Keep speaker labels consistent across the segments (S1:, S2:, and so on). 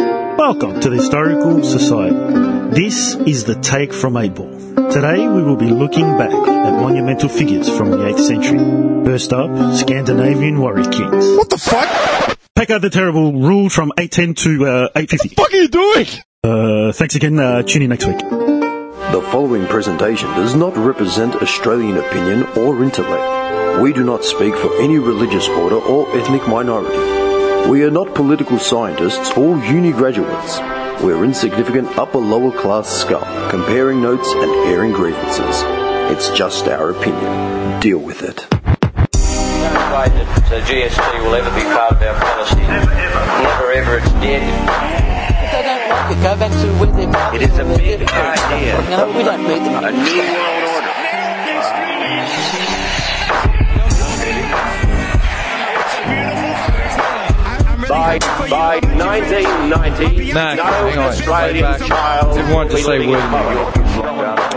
S1: to the Historical Society. This is the Take from a Ball. Today we will be looking back at monumental figures from the 8th century. First up, Scandinavian warrior kings.
S2: What the fuck?
S1: Pekka the Terrible ruled from 810 to uh, 850.
S2: What the fuck are you doing?
S1: Uh, thanks again, uh, tune in next week.
S3: The following presentation does not represent Australian opinion or intellect. We do not speak for any religious order or ethnic minority. We are not political scientists or uni graduates. We're insignificant upper lower class scum, comparing notes and airing grievances. It's just our opinion. Deal with it.
S4: no way that uh, GST will ever be part of our policy. Never ever. Never ever. It's dead.
S5: If they don't like it, go back to where they're from.
S4: It is a
S5: Where they're
S4: big
S5: from.
S4: idea.
S5: No, we don't need them.
S4: A new world order. By, by 1990,
S6: No,
S4: no
S6: hang on. Way
S4: Australian
S6: back.
S4: child
S6: Didn't want to
S4: will
S6: say
S4: be
S6: word.
S4: covered.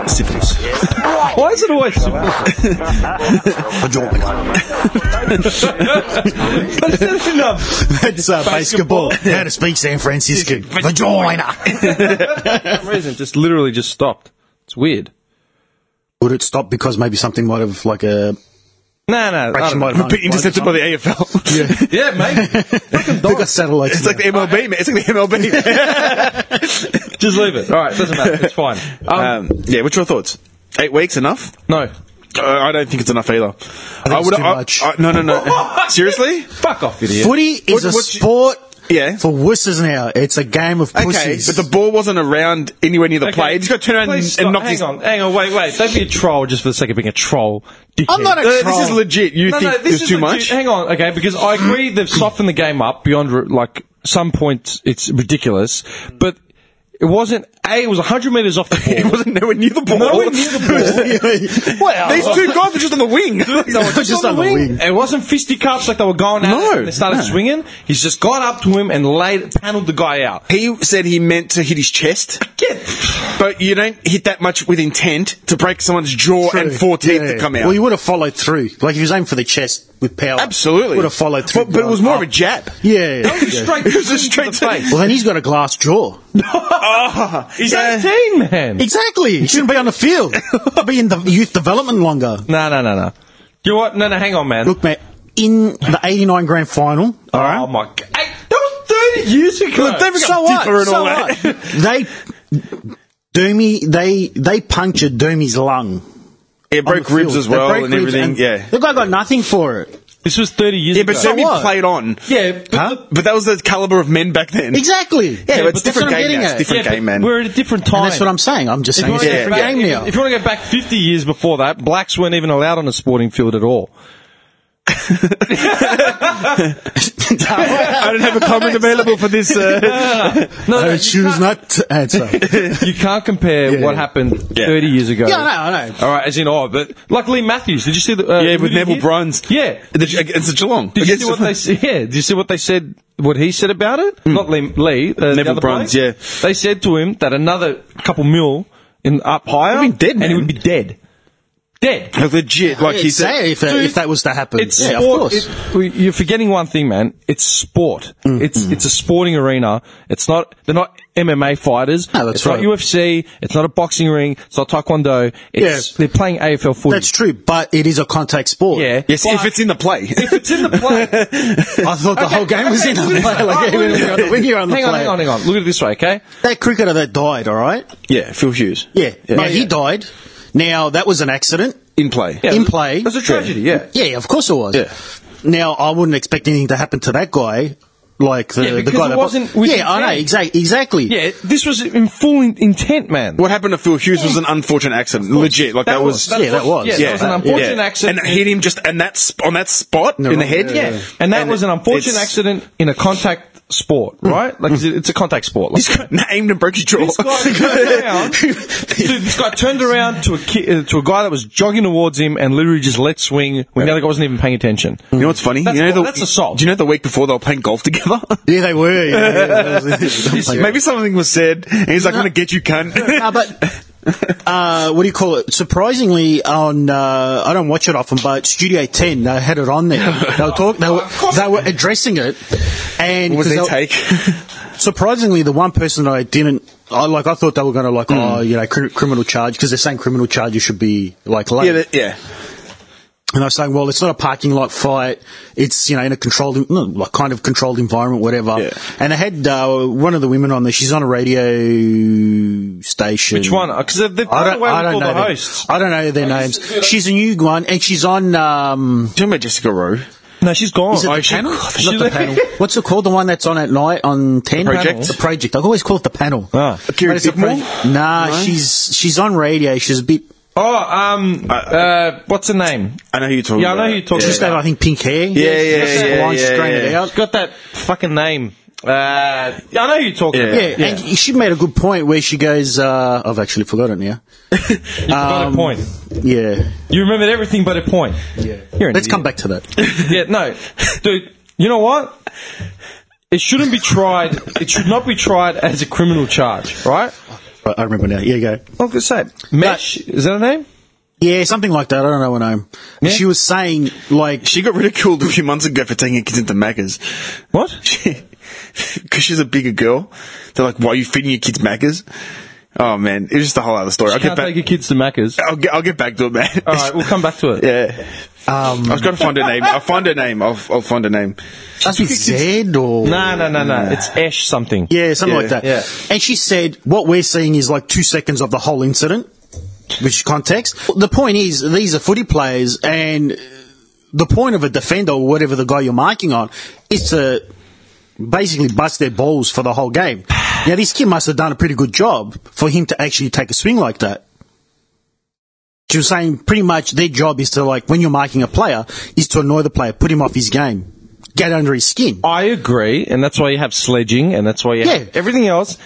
S1: Syphilis.
S6: Why is it always vagina?
S2: It's uh,
S6: Basketball.
S1: How to speak San Francisco. Vagina.
S6: For some reason, it just literally just stopped. It's weird.
S2: Would it stop because maybe something might have like a
S6: No, no, I
S1: Fraction
S6: don't know.
S1: might have been intercepted by the
S7: AFL.
S6: yeah, mate.
S2: they got satellites?
S7: It's like the MLB, man. It's like the MLB.
S6: Just leave it. All right, doesn't matter. It's fine. Um,
S7: um, yeah, what's your thoughts? Eight weeks enough?
S6: no,
S7: Uh, I don't think it's enough either. I,
S2: it's
S7: would-
S2: too
S7: I-
S2: much.
S7: I- no, no, no. Seriously?
S6: fuck off, idiot.
S2: Footy is
S7: What-
S2: a
S7: what you-
S2: sport
S7: Yeah.
S2: for wusses now. It's a game of
S7: Okay,
S2: pussies.
S7: but the ball wasn't around anywhere near the
S6: Okay,
S7: play. You just got to turn around
S6: please
S7: and,
S6: stop.
S7: and knock
S6: hang
S7: his.
S6: on, hang on, wait, wait. Don't be a troll just for the sake of being a troll.
S7: I'm not a
S6: dickhead.
S7: Uh, this troll. is legit. You think
S6: this
S7: it's
S6: is
S7: too
S6: legit.
S7: much?
S6: Hang on, okay, because I agree they've softened the game up beyond re- like some points. It's ridiculous, but it wasn't. A it was 100 meters off the ball.
S7: It wasn't nowhere near the ball.
S6: Nowhere near the
S7: wow. These two guys were just on the wing.
S2: just just on on the the wing. wing.
S6: It wasn't fisticuffs like they were going at
S7: No,
S6: it and they started
S7: no.
S6: swinging. He's just got up to him and laid panelled the guy out.
S7: He said he meant to hit his chest. But you don't hit that much with intent to break someone's jaw
S2: True.
S7: and four teeth
S2: Yeah.
S7: to come out.
S2: Well, you would have followed through. Like if he was aimed for the chest with power,
S7: Absolutely.
S2: would have followed through.
S7: But, but it was more of a
S2: Oh.
S7: jab.
S2: yeah. yeah,
S6: That was
S2: yeah.
S6: straight
S7: It was a
S6: to
S7: straight
S6: the
S7: to-
S6: face.
S2: Well, then he's got a glass jaw.
S6: Ah, He's
S7: Yeah.
S6: 18, man.
S2: Exactly. He shouldn't be on the field. be in the youth development longer.
S6: No, no, no, no. You know what? No, no, hang on, man.
S2: Look, mate. In the '89 Grand Final, all right.
S6: Oh, my God. Hey, that was 30 years ago.
S7: Look, they've
S2: so
S7: got
S2: what?
S7: dipper and
S2: so
S7: all
S2: what?
S7: that.
S2: they Doomy they they punctured Doomy's lung.
S7: It
S2: on
S7: broke
S2: the
S7: ribs
S2: field.
S7: as
S2: They
S7: well
S2: broke
S7: and
S2: ribs
S7: everything. yeah.
S2: the guy got nothing for it.
S6: This was 30 years
S7: Yeah,
S6: ago.
S7: but Sammy
S2: what?
S7: played on.
S6: yeah, but,
S2: Huh?
S7: But that was the caliber of men back then.
S2: Exactly.
S7: Yeah, but it's
S2: that's
S7: different
S2: what I'm
S7: game
S2: getting
S7: now. It's
S2: at.
S7: different.
S6: yeah,
S7: game,
S6: but
S7: man.
S6: We're at a different time.
S2: And that's what I'm saying. I'm just
S6: If
S2: saying
S6: you want
S2: it's
S6: to
S2: a
S7: Yeah.
S6: go
S2: different
S6: back-
S2: game
S6: if-
S2: now.
S6: If you want to go back 50 years before that, blacks weren't even allowed on a sporting field at all.
S7: I don't have a comment available for this. Uh,
S6: No,
S2: I
S6: no,
S2: would
S6: you,
S2: choose not to answer. yeah,
S6: can't, you can't compare
S2: Yeah.
S6: what happened 30 years ago.
S2: I know, I know.
S6: All right, as in, oh, but like Lee Matthews, did you see the uh,
S7: yeah, with
S6: who did
S7: Neville
S6: he-
S7: Bronze.
S6: Yeah,
S7: Did you- Against the Geelong.
S6: Did you
S7: Against
S6: see what
S7: the-
S6: they said? Yeah. Did you see what they said? What he said about it? Not Lee. Lee uh, the
S7: Neville
S6: other
S7: Bruns,
S6: bloke.
S7: yeah.
S6: They said to him that another couple mil in up higher,
S7: He'd be dead,
S6: and he
S7: man.
S6: would be dead. Dead.
S7: Like legit, like he
S2: He'd
S7: said.
S2: say if, that-
S6: Dude,
S2: if that was to happen.
S6: It's
S2: yeah, of
S6: sport.
S2: course.
S6: It- we- you're forgetting one thing, man. It's sport. It's it's a sporting arena. It's not. They're not MMA fighters.
S2: No, that's
S6: it's
S2: right.
S6: not UFC. It's not a boxing ring. It's not taekwondo. It's
S2: Yeah.
S6: they're playing AFL footy.
S2: That's true, but it is a contact sport.
S6: Yeah.
S7: yes,
S6: But
S7: if it's in the play.
S6: if it's in the play,
S2: I thought the whole game was in the play. Like, when you're on the, when you're on the
S6: Oh, hang
S2: play.
S6: on, hang on, hang on. Look at it this way, okay?
S2: That cricketer that died, all right?
S7: yeah, Phil Hughes.
S2: Yeah. Now, he
S7: yeah.
S2: died. Now, that was an accident.
S7: in play.
S6: Yeah,
S2: in play.
S6: It was a tragedy. Yeah.
S2: Yeah, of course it was.
S7: Yeah.
S2: Now I wouldn't expect anything to happen to that guy, like the,
S6: Yeah,
S2: the
S6: because
S2: guy
S6: it
S2: that
S6: wasn't with
S2: yeah, I know
S6: intent.
S2: exactly. Exactly.
S6: Yeah, this was in full in- intent, man.
S7: What happened to Phil Hughes was an unfortunate accident. Legit, like that, was.
S2: yeah, that was.
S6: Yeah, that was an
S2: Yeah.
S6: unfortunate
S7: yeah.
S6: accident.
S7: and hit him just and that sp- on that spot in the
S2: right,
S7: head.
S2: yeah, yeah.
S6: And that was an
S7: it-
S6: unfortunate
S7: it's-
S6: accident in a contact sport,
S2: Hmm.
S6: right? Like it's a- it's a contact sport. Like,
S7: This guy aimed and broke his jaw.
S6: this guy turned around. Dude, this guy turned around to a ki- uh, to a guy that was jogging towards him and literally just let swing when the other guy wasn't even paying attention.
S2: Hmm.
S7: You know what's funny?
S6: That's-
S7: you know
S6: that's assault.
S7: Do you know the week before they were playing golf together?
S2: Yeah, they were. Yeah, yeah, yeah.
S7: Maybe something was said, and he's like, "I'm gonna get you, cunt."
S2: No, but uh, what do you call it? Surprisingly, on uh, I don't watch it often, but Studio Ten they had it on there. They were talking, they were, they were addressing it, and
S7: What was
S2: 'cause
S7: their
S2: they-
S7: take?
S2: surprisingly, the one person I didn't. I like. I thought they were going to like,
S7: Hmm.
S2: oh, you know, cr- criminal charge because they're saying criminal charges should be like late.
S7: yeah, that- yeah.
S2: And I was saying, well, it's not a parking lot fight. It's, you know, in a controlled, no, like kind of controlled environment, whatever.
S7: Yeah.
S2: And I had uh, one of the women on there. She's on a radio station.
S6: Which one? Because they've, they've
S2: I
S6: done
S2: don't,
S6: away
S2: I
S6: with
S2: don't
S6: all
S2: know.
S6: the
S2: them.
S6: hosts.
S2: I don't know their names. She's a new one, and she's on. Um,
S7: Talking about Jessica Rowe.
S6: No, she's gone.
S2: is it
S6: Oh,
S2: the
S6: she-
S2: panel?
S6: she-
S2: Not the panel. What's it called? The one that's on at night on ten.
S7: Project?
S2: The project. I always call it the panel.
S6: Ah.
S7: Akira
S2: But it's a
S7: Dickmore?
S2: pro- Nah, she's she's on radio. She's a bit.
S6: Oh, um, uh, what's her name?
S7: I know who you're talking
S6: Yeah, I
S7: about.
S6: know who you're talking
S2: She's
S6: about.
S2: got, I think, pink hair.
S7: Yeah, yeah,
S2: Just
S7: yeah,
S2: blonde,
S7: yeah,
S2: straighten it
S7: yeah.
S2: out.
S6: She's got that fucking name. Uh, yeah, I know who you're talking about.
S2: Yeah, and she made a good point where she goes, uh, I've actually forgotten now.
S6: You forgot a point.
S2: Yeah.
S6: You remembered everything but a point. Yeah. You're an
S2: Let's come
S6: idiot.
S2: back to that.
S6: Yeah, no. Dude, you know what? It shouldn't be tried. It should not be tried as a criminal charge, right?
S2: I I remember now. Yeah, go.
S6: I was going to say. Mesh, is that her name?
S2: Yeah, something like that. I don't know her name.
S6: Yeah.
S2: She was saying, like,
S7: She got ridiculed a few months ago for taking her kids into Macca's.
S6: What?
S7: Because she's a bigger girl. They're like, why are you feeding your kids Macca's? Oh, man. It was just a whole other story. I'll get,
S6: Can't
S7: back,
S6: take your kids to Macca's.
S7: I'll, get, I'll get back to it, man.
S6: All right, we'll come back to it.
S7: yeah. Um, I was going to find her name. I'll find her name. I'll, I'll find her name.
S2: that's with Zed or.
S6: No, no, no, no. It's Ash something.
S2: Yeah, something
S7: Yeah,
S2: like that.
S6: yeah.
S2: And she said, what we're seeing is like two seconds of the whole incident, which is context. The point is, these are footy players, and the point of a defender or whatever the guy you're marking on is to basically bust their balls for the whole game. Now, this kid must have done a pretty good job for him to actually take a swing like that. She was saying pretty much their job is to, like, when you're marking a player, is to annoy the player, put him off his game, get under his skin.
S6: I agree, and that's why you have sledging, and that's why you
S2: Yeah.
S6: have everything else.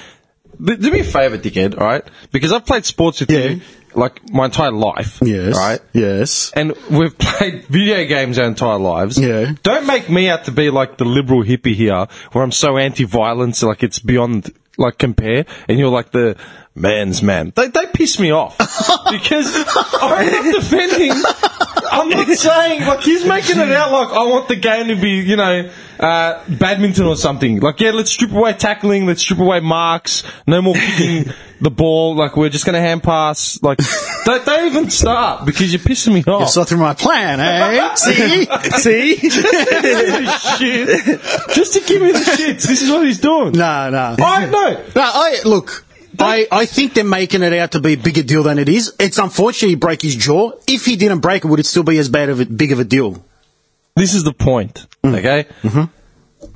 S6: But do me a favor, dickhead, all right? Because I've played sports with
S2: Yeah.
S6: you like my entire life.
S2: Yes.
S6: All right?
S2: Yes.
S6: And we've played video games our entire lives.
S2: Yeah.
S6: Don't make me out to be like the liberal hippie here, where I'm so anti-violence, like it's beyond like compare, and you're like the man's man. They they piss me off because I'm not defending. I'm not saying like he's making it out like I want the game to be you know uh, badminton or something. Like yeah, let's strip away tackling, let's strip away marks, no more kicking the ball. Like we're just gonna hand pass. Like don't, don't even start because you're pissing me off.
S2: You saw through my plan, eh? Oh. See?
S7: See?
S6: shit. Just to give me the shits. This is what he's doing.
S2: No, no. No,
S6: I know.
S2: I, look, I, I think they're making it out to be a bigger deal than it is. It's unfortunate he broke his jaw. If he didn't break it, would it still be as bad of a, big of a deal?
S6: This is the point. Okay. Mm-hmm.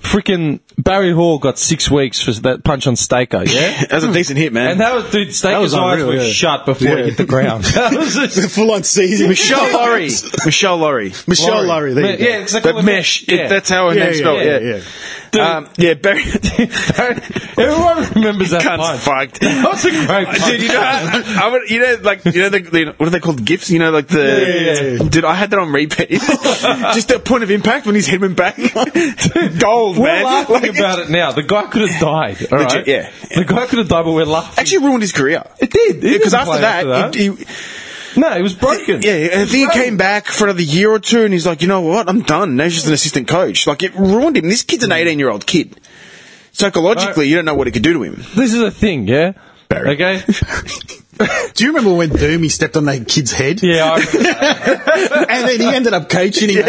S6: Freaking Barry Hall got six weeks for that punch on Staker. Yeah.
S7: That was a decent hit, man.
S6: And that was, dude, Staker's
S2: was
S6: eyes
S2: unreal,
S6: were
S2: yeah.
S6: shut before he hit the ground. That was just-
S2: Full on season.
S7: Michelle Laurie. Michelle Laurie.
S2: Michelle Lowry, there you go.
S6: yeah, exactly.
S7: But Mesh.
S6: Yeah.
S7: It, that's how her
S2: Yeah,
S7: name's
S2: yeah,
S7: spelled.
S2: yeah,
S7: Yeah,
S2: yeah.
S6: Dude.
S7: Um, yeah, Barry.
S6: Everyone remembers that
S7: Cunt's
S6: punch.
S7: fucked.
S6: That was a great punch.
S7: Dude, you know, I, I would, you know, like, you know, the, the, what are they called? Gifts? You know, like the. Dude, I had that on repeat. Just that point of impact when his head went back. Gold,
S6: We're
S7: man.
S6: laughing
S7: Like,
S6: about it now. The guy could have died. all right?
S7: Legit, yeah.
S6: The guy could have died, but we're laughing.
S7: Actually ruined his career.
S6: It did. He
S7: Because
S6: didn't
S7: after
S6: play
S7: that,
S6: after that.
S7: He, he,
S6: no, it was broken.
S7: yeah, and I think he came back for another year or two, and he's like, you know what, I'm done. Now he's just an assistant coach. Like it ruined him. This kid's an 18 year old kid. Psychologically, you don't know what it could do to him.
S6: This is a thing, yeah? Okay?
S2: Do you remember when Doomy stepped on that kid's head?
S6: Yeah, I,
S2: And then he ended up coaching him.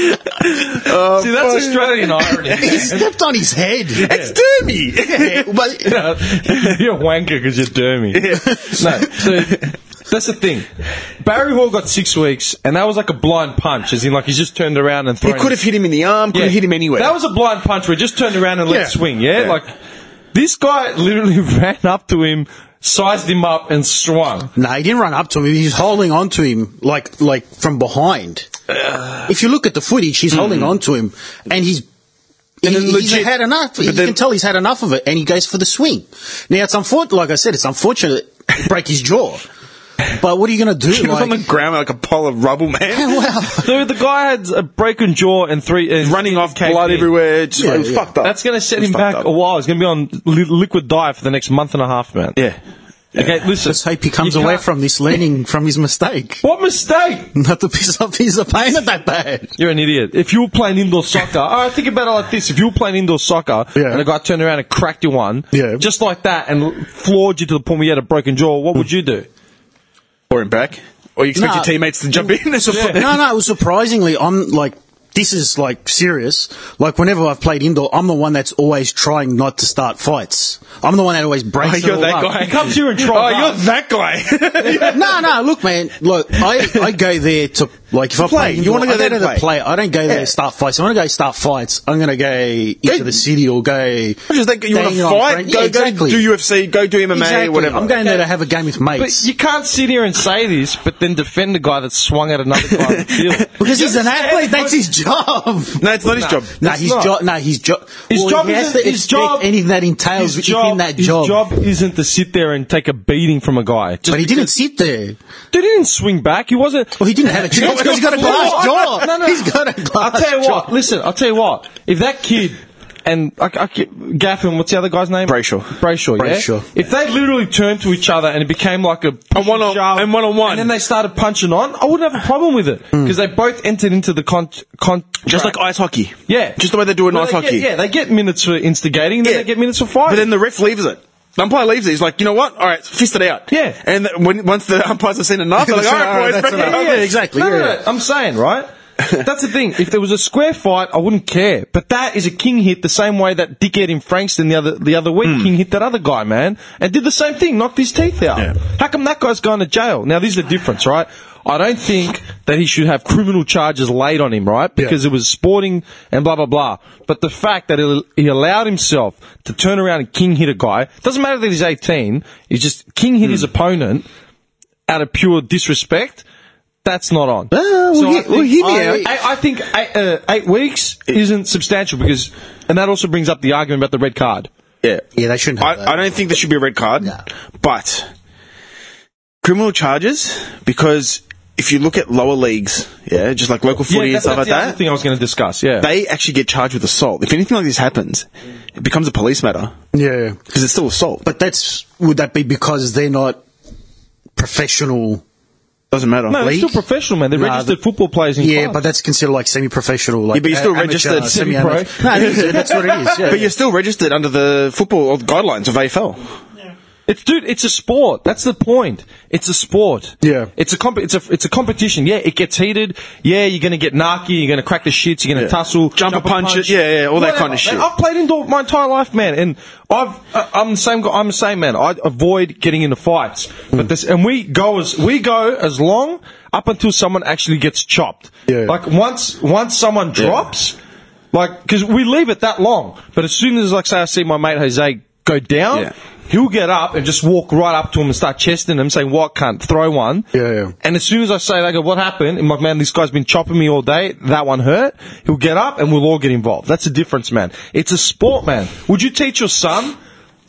S6: see, that's Australian irony.
S2: he stepped on his head.
S7: It's Dermy.
S2: But
S6: you're a wanker because you're dermy. No, so that's the thing. Barry Hall got six weeks, and that was like a blind punch, as in, like, he's just turned around and
S7: he
S6: thrown.
S7: could have hit him in the arm. Could have hit him anywhere.
S6: That was a blind punch where he just turned around and let
S2: Yeah.
S6: swing, yeah? Like, this guy literally ran up to him, sized him up, and swung.
S2: No, he didn't run up to him. He's holding on to him like like from behind. if you look at the footage, he's holding on to him, and he's.
S7: Mm-hmm. And
S2: he-
S7: then
S2: he's
S7: legit-
S2: had enough. You
S7: then-
S2: can tell he's had enough of it, and he goes for the swing. Now it's unfortunate. Like I said, it's unfortunate. it Break his jaw, But what are you going to do?
S7: She was on the
S2: Like,
S7: ground like a pile of rubble, man.
S6: Dude, the guy had a broken jaw and three. And
S7: Running off
S6: caved
S7: blood
S6: in.
S7: everywhere. Just
S2: Yeah,
S7: like, it was
S2: yeah.
S7: fucked up.
S6: That's going to set
S7: It was
S6: him
S7: fucked
S6: back
S7: up.
S6: a while. He's going to be on li- liquid diet for the next month and a half, man.
S7: Yeah.
S6: Okay, listen.
S2: let's hope he comes
S6: You
S2: away
S6: can't-
S2: from this learning from his mistake.
S6: What mistake?
S2: Not to piss off his opponent that bad.
S6: You're an idiot. If you were playing indoor soccer, all right, think about it like this. If you were playing indoor soccer
S2: Yeah.
S6: and a guy turned around and cracked you one,
S2: Yeah.
S6: just like that, and floored you to the point where you had a broken jaw, what would you do?
S7: Or him back. Or you expect
S2: Nah.
S7: your teammates to jump in. It's a
S6: Yeah.
S2: no, no, it was surprisingly, I'm like, this is like serious. Like whenever I've played indoor, I'm the one that's always trying not to start fights. I'm the one that always breaks.
S7: Oh,
S2: it
S7: you're
S2: all
S7: that
S2: up.
S7: guy.
S6: He comes here and
S7: Oh,
S6: tries.
S7: you're that guy.
S2: no, no, look, man. Look, I, I go there to, like, if I
S7: Play.
S2: play,
S7: You wanna go
S2: I
S7: there to
S2: to
S7: play.
S2: play. I don't go there to start fights. I want to go start fights. I'm going to go into the city or go.
S7: Just think you want to
S2: Dang on,
S7: fight?
S2: friend.
S7: Go,
S2: Yeah,
S7: go do UFC, go do MMA,
S2: Exactly.
S7: whatever.
S2: I'm going there to have a game with
S6: But
S2: mates.
S6: you can't sit here and say this, but then defend a guy that swung at another guy on the field.
S2: because he's an
S6: You understand?
S2: athlete. That's his job.
S7: no, it's not his job.
S2: No,
S6: That's
S2: his
S6: not-
S2: job. No, his job.
S6: His
S2: well,
S6: job
S2: he has
S6: isn't
S2: to
S6: his
S2: expect
S6: job.
S2: anything that entails
S6: his
S2: within that
S6: his
S2: job.
S6: job isn't to sit there and take a beating from a guy. Just
S2: But he didn't sit there.
S6: because- Dude, he didn't swing back. He wasn't.
S2: Well, he didn't have a chance because he's got a glass jaw.
S6: No, no.
S2: He's got a glass
S6: I'll tell you
S2: jaw.
S6: what. Listen, I'll tell you what. If that kid and I, I, Gaffin, what's the other guy's name?
S7: Brayshaw.
S6: Brayshaw. Yeah?
S2: Brayshaw.
S6: If they literally turned to each other and it became like a
S7: A one-on-
S6: shove,
S7: and one-on-one.
S6: and then they started punching on, I wouldn't have a problem with it
S2: Mm.
S6: because they both entered into the con. con-
S7: Just like ice hockey.
S6: Yeah.
S7: Just the way they do in
S6: Well,
S7: ice
S6: they get-
S7: hockey.
S6: yeah, they get minutes for instigating, then
S7: Yeah.
S6: they get minutes for fighting.
S7: But then the ref leaves it. The umpire leaves it. He's like, you know what? All right, fist it out.
S6: Yeah.
S7: And th- when, once the umpires have seen enough, they're like, all right,
S2: That's
S7: boys, back
S2: enough.
S7: it up.
S2: Yeah, exactly,
S6: No, no,
S2: yeah,
S6: no,
S2: yeah.
S6: I'm saying, right? That's the thing. If there was a square fight, I wouldn't care. But that is a king hit, the same way that dickhead in Frankston the other the other week,
S2: Hmm.
S6: king hit that other guy, man, and did the same thing, knocked his teeth out.
S7: Yeah.
S6: How come that guy's going to jail? Now, this is the difference, right? I don't think that he should have criminal charges laid on him, right? Because it was sporting and blah blah blah. But the fact that he- he allowed himself to turn around and king hit a guy doesn't matter that he's 18. He's just king hit his opponent out of pure disrespect, that's not on.
S2: Ah, well,
S6: So I
S2: he-
S6: think-
S2: well, he
S6: I,
S2: did.
S6: I, I think eight, uh, eight weeks isn't substantial because, and that also brings up the argument about the red card.
S7: Yeah.
S2: Yeah, they shouldn't have that.
S7: I, I don't think there should be a red card. But criminal charges, because if you look at lower leagues, yeah, just like local footy and
S6: that's,
S7: stuff like
S6: that's the other
S7: that,
S6: thing I was going to discuss. Yeah,
S7: they actually get charged with assault. If anything like this happens, it becomes a police matter
S2: Yeah.
S7: because it's still assault.
S2: But
S7: But
S2: that's would that be because they're not professional?
S7: it doesn't matter.
S6: no, they're
S7: League.
S6: still professional, man. They're
S2: Nah,
S6: registered
S2: the-
S6: football players in
S2: Yeah,
S6: class.
S2: but that's considered like semi-professional. Like
S7: Yeah, but you're still
S2: a- amateur,
S7: registered
S2: semi-amateur.
S6: semi-pro.
S2: No, it is, that's what it is. Yeah.
S7: but you're still registered under the football guidelines of AFL.
S6: It's dude, it's a sport. That's the point. It's a sport.
S2: Yeah.
S6: It's a comp- it's a it's a competition. Yeah, it gets heated. Yeah, you're gonna get narky. You're gonna crack the shits. You're gonna
S7: Yeah.
S6: tussle,
S7: Jump a punch it, yeah, yeah, all that kind of shit.
S6: Man, I've played indoor my entire life, man, and I've I- I'm the same. guy- I'm the same man. I avoid getting into fights,
S7: Hmm.
S6: but this and we go as we go as long up until someone actually gets chopped.
S2: Yeah.
S6: Like once once someone drops. Like, because we leave it that long, but as soon as, like, say, I see my mate Jose go down,
S7: Yeah.
S6: he'll get up and just walk right up to him and start chesting him, saying, "What cunt? Throw one."
S2: Yeah, yeah.
S6: And as soon as I say, "They go, what happened?" and like, man, this guy's been chopping me all day. That one hurt. He'll get up and we'll all get involved. That's the difference, man. It's a sport, man. Would you teach your son?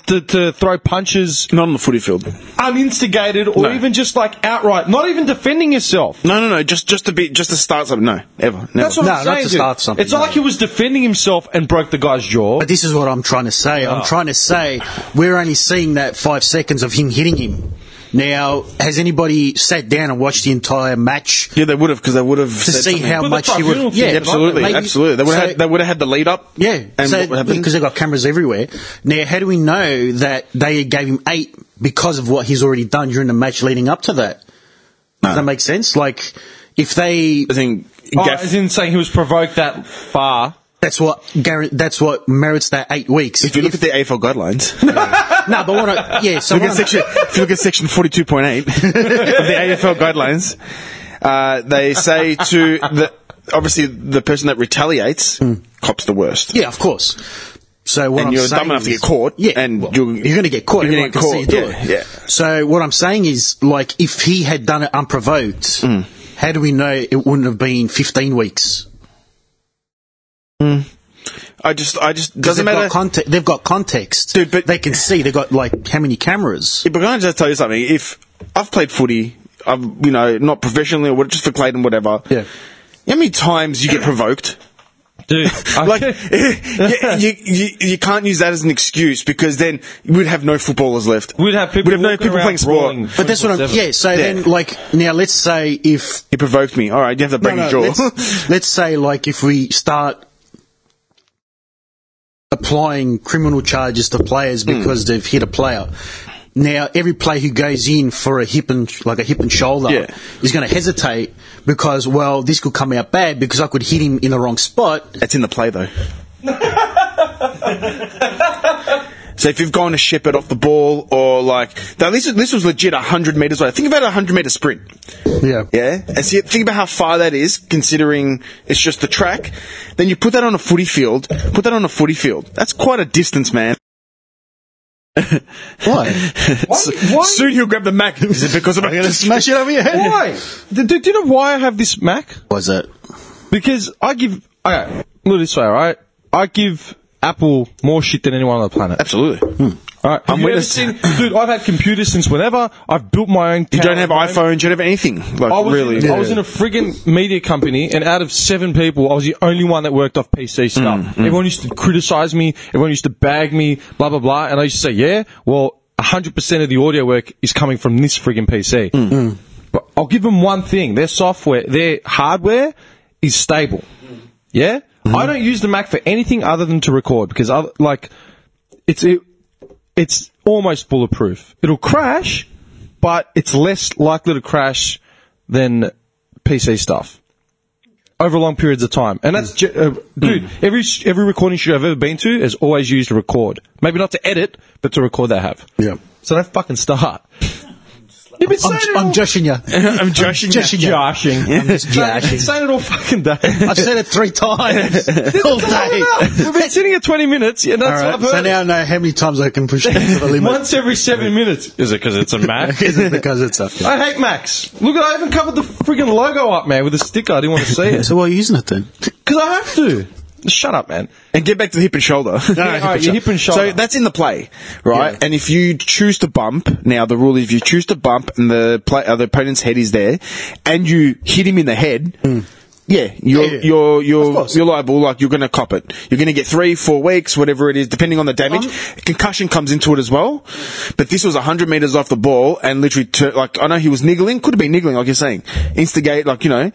S6: To, to throw punches
S7: Not on the footy field.
S6: uninstigated or
S7: No.
S6: even just like outright, not even defending yourself.
S7: No, no, no. Just, just to be, just to start something. No, ever. Never.
S6: That's what
S2: No, not
S6: I'm saying.
S2: to
S6: dude.
S2: start something,
S6: It's not
S2: no.
S6: like he was defending himself and broke the guy's jaw.
S2: But this is what I'm trying to say.
S7: Oh.
S2: I'm trying to say we're only seeing that five seconds of him hitting him. Now, has anybody sat down and watched the entire match
S7: Yeah, they would have because they would have
S2: to see how
S6: Well, the
S2: much he would?
S6: tribunal thing,
S7: absolutely,
S2: maybe-
S7: absolutely. They would
S2: so-
S7: have had, they would have had the lead up.
S2: Yeah,
S7: and
S2: so,
S7: what happened?
S2: because they've got cameras everywhere. Now, how do we know that they gave him eight because of what he's already done during the match leading up to that? Does that make sense? Like, if they,
S7: I think
S6: Oh,
S7: Gaff-
S6: as in saying he was provoked that far.
S2: that's what guaran- that's what merits that eight weeks.
S7: if you look at the AFL guidelines,
S2: no, but what? I, yeah, so
S7: look
S2: what
S7: at
S2: I'm-
S7: section, if you look at section forty-two point eight of the AFL guidelines, uh, they say to the obviously the person that retaliates
S2: Hmm.
S7: cops the worst.
S2: yeah, of course. So what
S7: And
S2: I'm
S7: you're
S2: saying
S7: dumb enough to
S2: is-
S7: get caught,
S2: yeah,
S7: and
S2: well,
S7: you're-
S2: you're, going to get caught.
S7: you're gonna
S2: Everyone can
S7: get
S2: see
S7: caught,
S2: you do
S7: yeah,
S2: it. So what I'm saying is, like, if he had done it unprovoked,
S7: Mm.
S2: how do we know it wouldn't have been 15 weeks?
S7: I just, I just
S2: Because
S7: doesn't
S2: they've
S7: matter.
S2: Got conte- they've got context,
S7: Dude, but-
S2: they can see. They've got like how many cameras?
S7: If we're going to just tell you something, if I've played footy. I'm, you know, not professionally or what, just for Clayton, whatever.
S2: Yeah.
S7: You know how many times you get provoked?
S6: Dude,
S7: Like,
S6: I-
S7: you, you, you can't use that as an excuse because then we'd have no footballers left.
S6: We'd have people
S7: We'd have no
S6: walking
S7: people
S6: around
S7: playing sport.
S6: brawling.
S2: But that's what I'm.
S6: 24/7.
S2: Yeah. So then, like now, let's say if
S7: He provoked me. All right, you have to break
S2: no, no,
S7: your jaw.
S2: let's, let's say like if we start applying criminal charges to players because they've hit a player. Now every player who goes in for a hip and like a hip and shoulder
S7: Yeah.
S2: is going to hesitate because well this could come out bad because I could hit him in the wrong spot.
S7: That's in the play, though. so if you've gone to shepherd off the ball, or like now this this was legit hundred meters away. Think about a hundred meter sprint.
S2: Yeah.
S7: Yeah, and see, think about how far that is, considering it's just the track. Then you put that on a footy field. Put that on a footy field. That's quite a distance, man.
S2: Why?
S7: So- Soon he'll grab the Mac. Is it because I'm going to
S2: Smash it over your head.
S6: Why? Do, do you know why I have this Mac?
S2: Was it?
S6: Because I give. Okay, look this way, alright? I give Apple more shit than anyone on the planet.
S7: Absolutely.
S6: Alright, have
S7: I'm
S6: you ever
S7: witness.
S6: seen- dude, I've had computers since whenever. I've built my own.
S7: You don't have iPhones. You don't have anything. Like
S6: I was
S7: really.
S6: In, I was in a friggin' media company, and out of seven people, I was the only one that worked off PC stuff. Everyone used to criticize me. Everyone used to bag me. Blah blah blah. And I used to say, yeah, well, hundred percent of the audio work is coming from this friggin' PC. But I'll give them one thing: their software, their hardware, is stable. Yeah, I don't use the Mac for anything other than to record because, I, like, it's it, it's almost bulletproof. It'll crash, but it's less likely to crash than PC stuff over long periods of time. And that's, ju- uh, dude, every every recording studio I've ever been to has always used to record. Maybe not to edit, but to record they have.
S2: Yeah.
S6: So don't fucking start. You've been saying
S2: I'm,
S6: it
S2: I'm
S6: all-
S2: joshing you.
S7: I'm joshing.
S2: Joshing you.
S6: joshing.
S2: I'm just
S6: I've been
S2: joshing.
S6: saying it all fucking day.
S2: I've said it three times all day.
S6: We've been sitting here 20 minutes. Yeah,
S2: All
S6: that's
S2: right.
S6: what I've
S2: So
S6: heard.
S2: now I know how many times I can push it to the limit.
S6: Once every seven minutes. Is it because it's a Mac?
S2: Is it because it's up?
S6: I hate Macs. Look, I even covered the friggin' logo up, man, with a sticker. I didn't want to see it.
S2: So why are you using it then?
S6: Because I have to. Shut up, man.
S7: And get back to the hip and shoulder.
S6: alright, your hip and shoulder.
S7: So that's in the play, right? And if you choose to bump, now the rule is if you choose to bump and the play, uh, the opponent's head is there, and you hit him in the head. Yeah, you're
S2: Yeah, yeah.
S7: you're
S2: Of
S7: you're
S2: course.
S7: you're liable. Like you're going to cop it. You're going to get three, four weeks, whatever it is, depending on the damage.
S2: Um,
S7: Concussion comes into it as well. But this was hundred meters off the ball, and literally, tur like I know he was niggling, could have been niggling, like you're saying, instigate, like you know.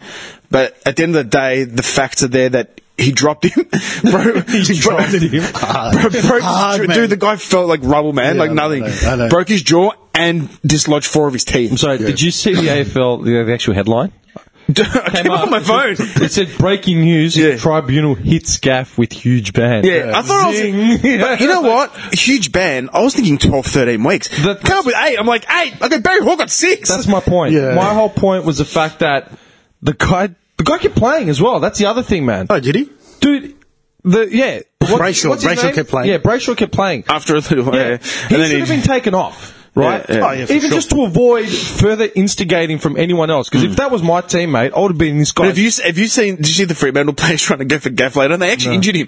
S7: But at the end of the day, the facts are there that he dropped him, bro. he
S6: dropped him.
S7: Oh, Bro-
S2: Ah, Hard,
S7: broke his, jaw-
S2: man.
S7: dude, the guy felt like rubble, man,
S2: Yeah,
S7: like
S2: I
S7: nothing.
S2: know, I know.
S7: Broke his jaw and dislodged four of his
S6: I'm
S7: teeth.
S6: sorry, did you see the AFL, the, the actual headline?
S7: I came up on my phone.
S6: It said, it said, breaking news,
S7: Yeah.
S6: tribunal hits gaff with huge ban.
S7: Yeah, I thought
S6: Zing.
S7: I was. But you know what? Huge ban. I was thinking 12, 13 weeks.
S6: That-
S7: Come up with eight. I'm like, eight. Okay, Barry Hall got six.
S6: That's my point.
S2: Yeah.
S6: My whole point was the fact that the guy, the guy kept playing as well. That's the other thing, man.
S2: Oh, did he?
S6: Dude, the, yeah. What,
S2: Brayshaw-
S6: what's his
S2: Brayshaw
S6: name?
S2: kept playing.
S6: Yeah, Brayshaw kept playing.
S7: After a little
S6: Yeah.
S7: yeah.
S6: He
S7: And
S6: should have
S7: then
S6: been
S7: he.
S6: taken off, right?
S7: Yeah, yeah.
S2: Oh, yeah, for
S6: Even
S2: sure.
S6: just to avoid further instigating from anyone else. Because if that was my teammate, I would have been this guy.
S7: Hmm. But have you have you seen? Did you see the Fremantle players trying to go for Gaff later? And they actually injured him.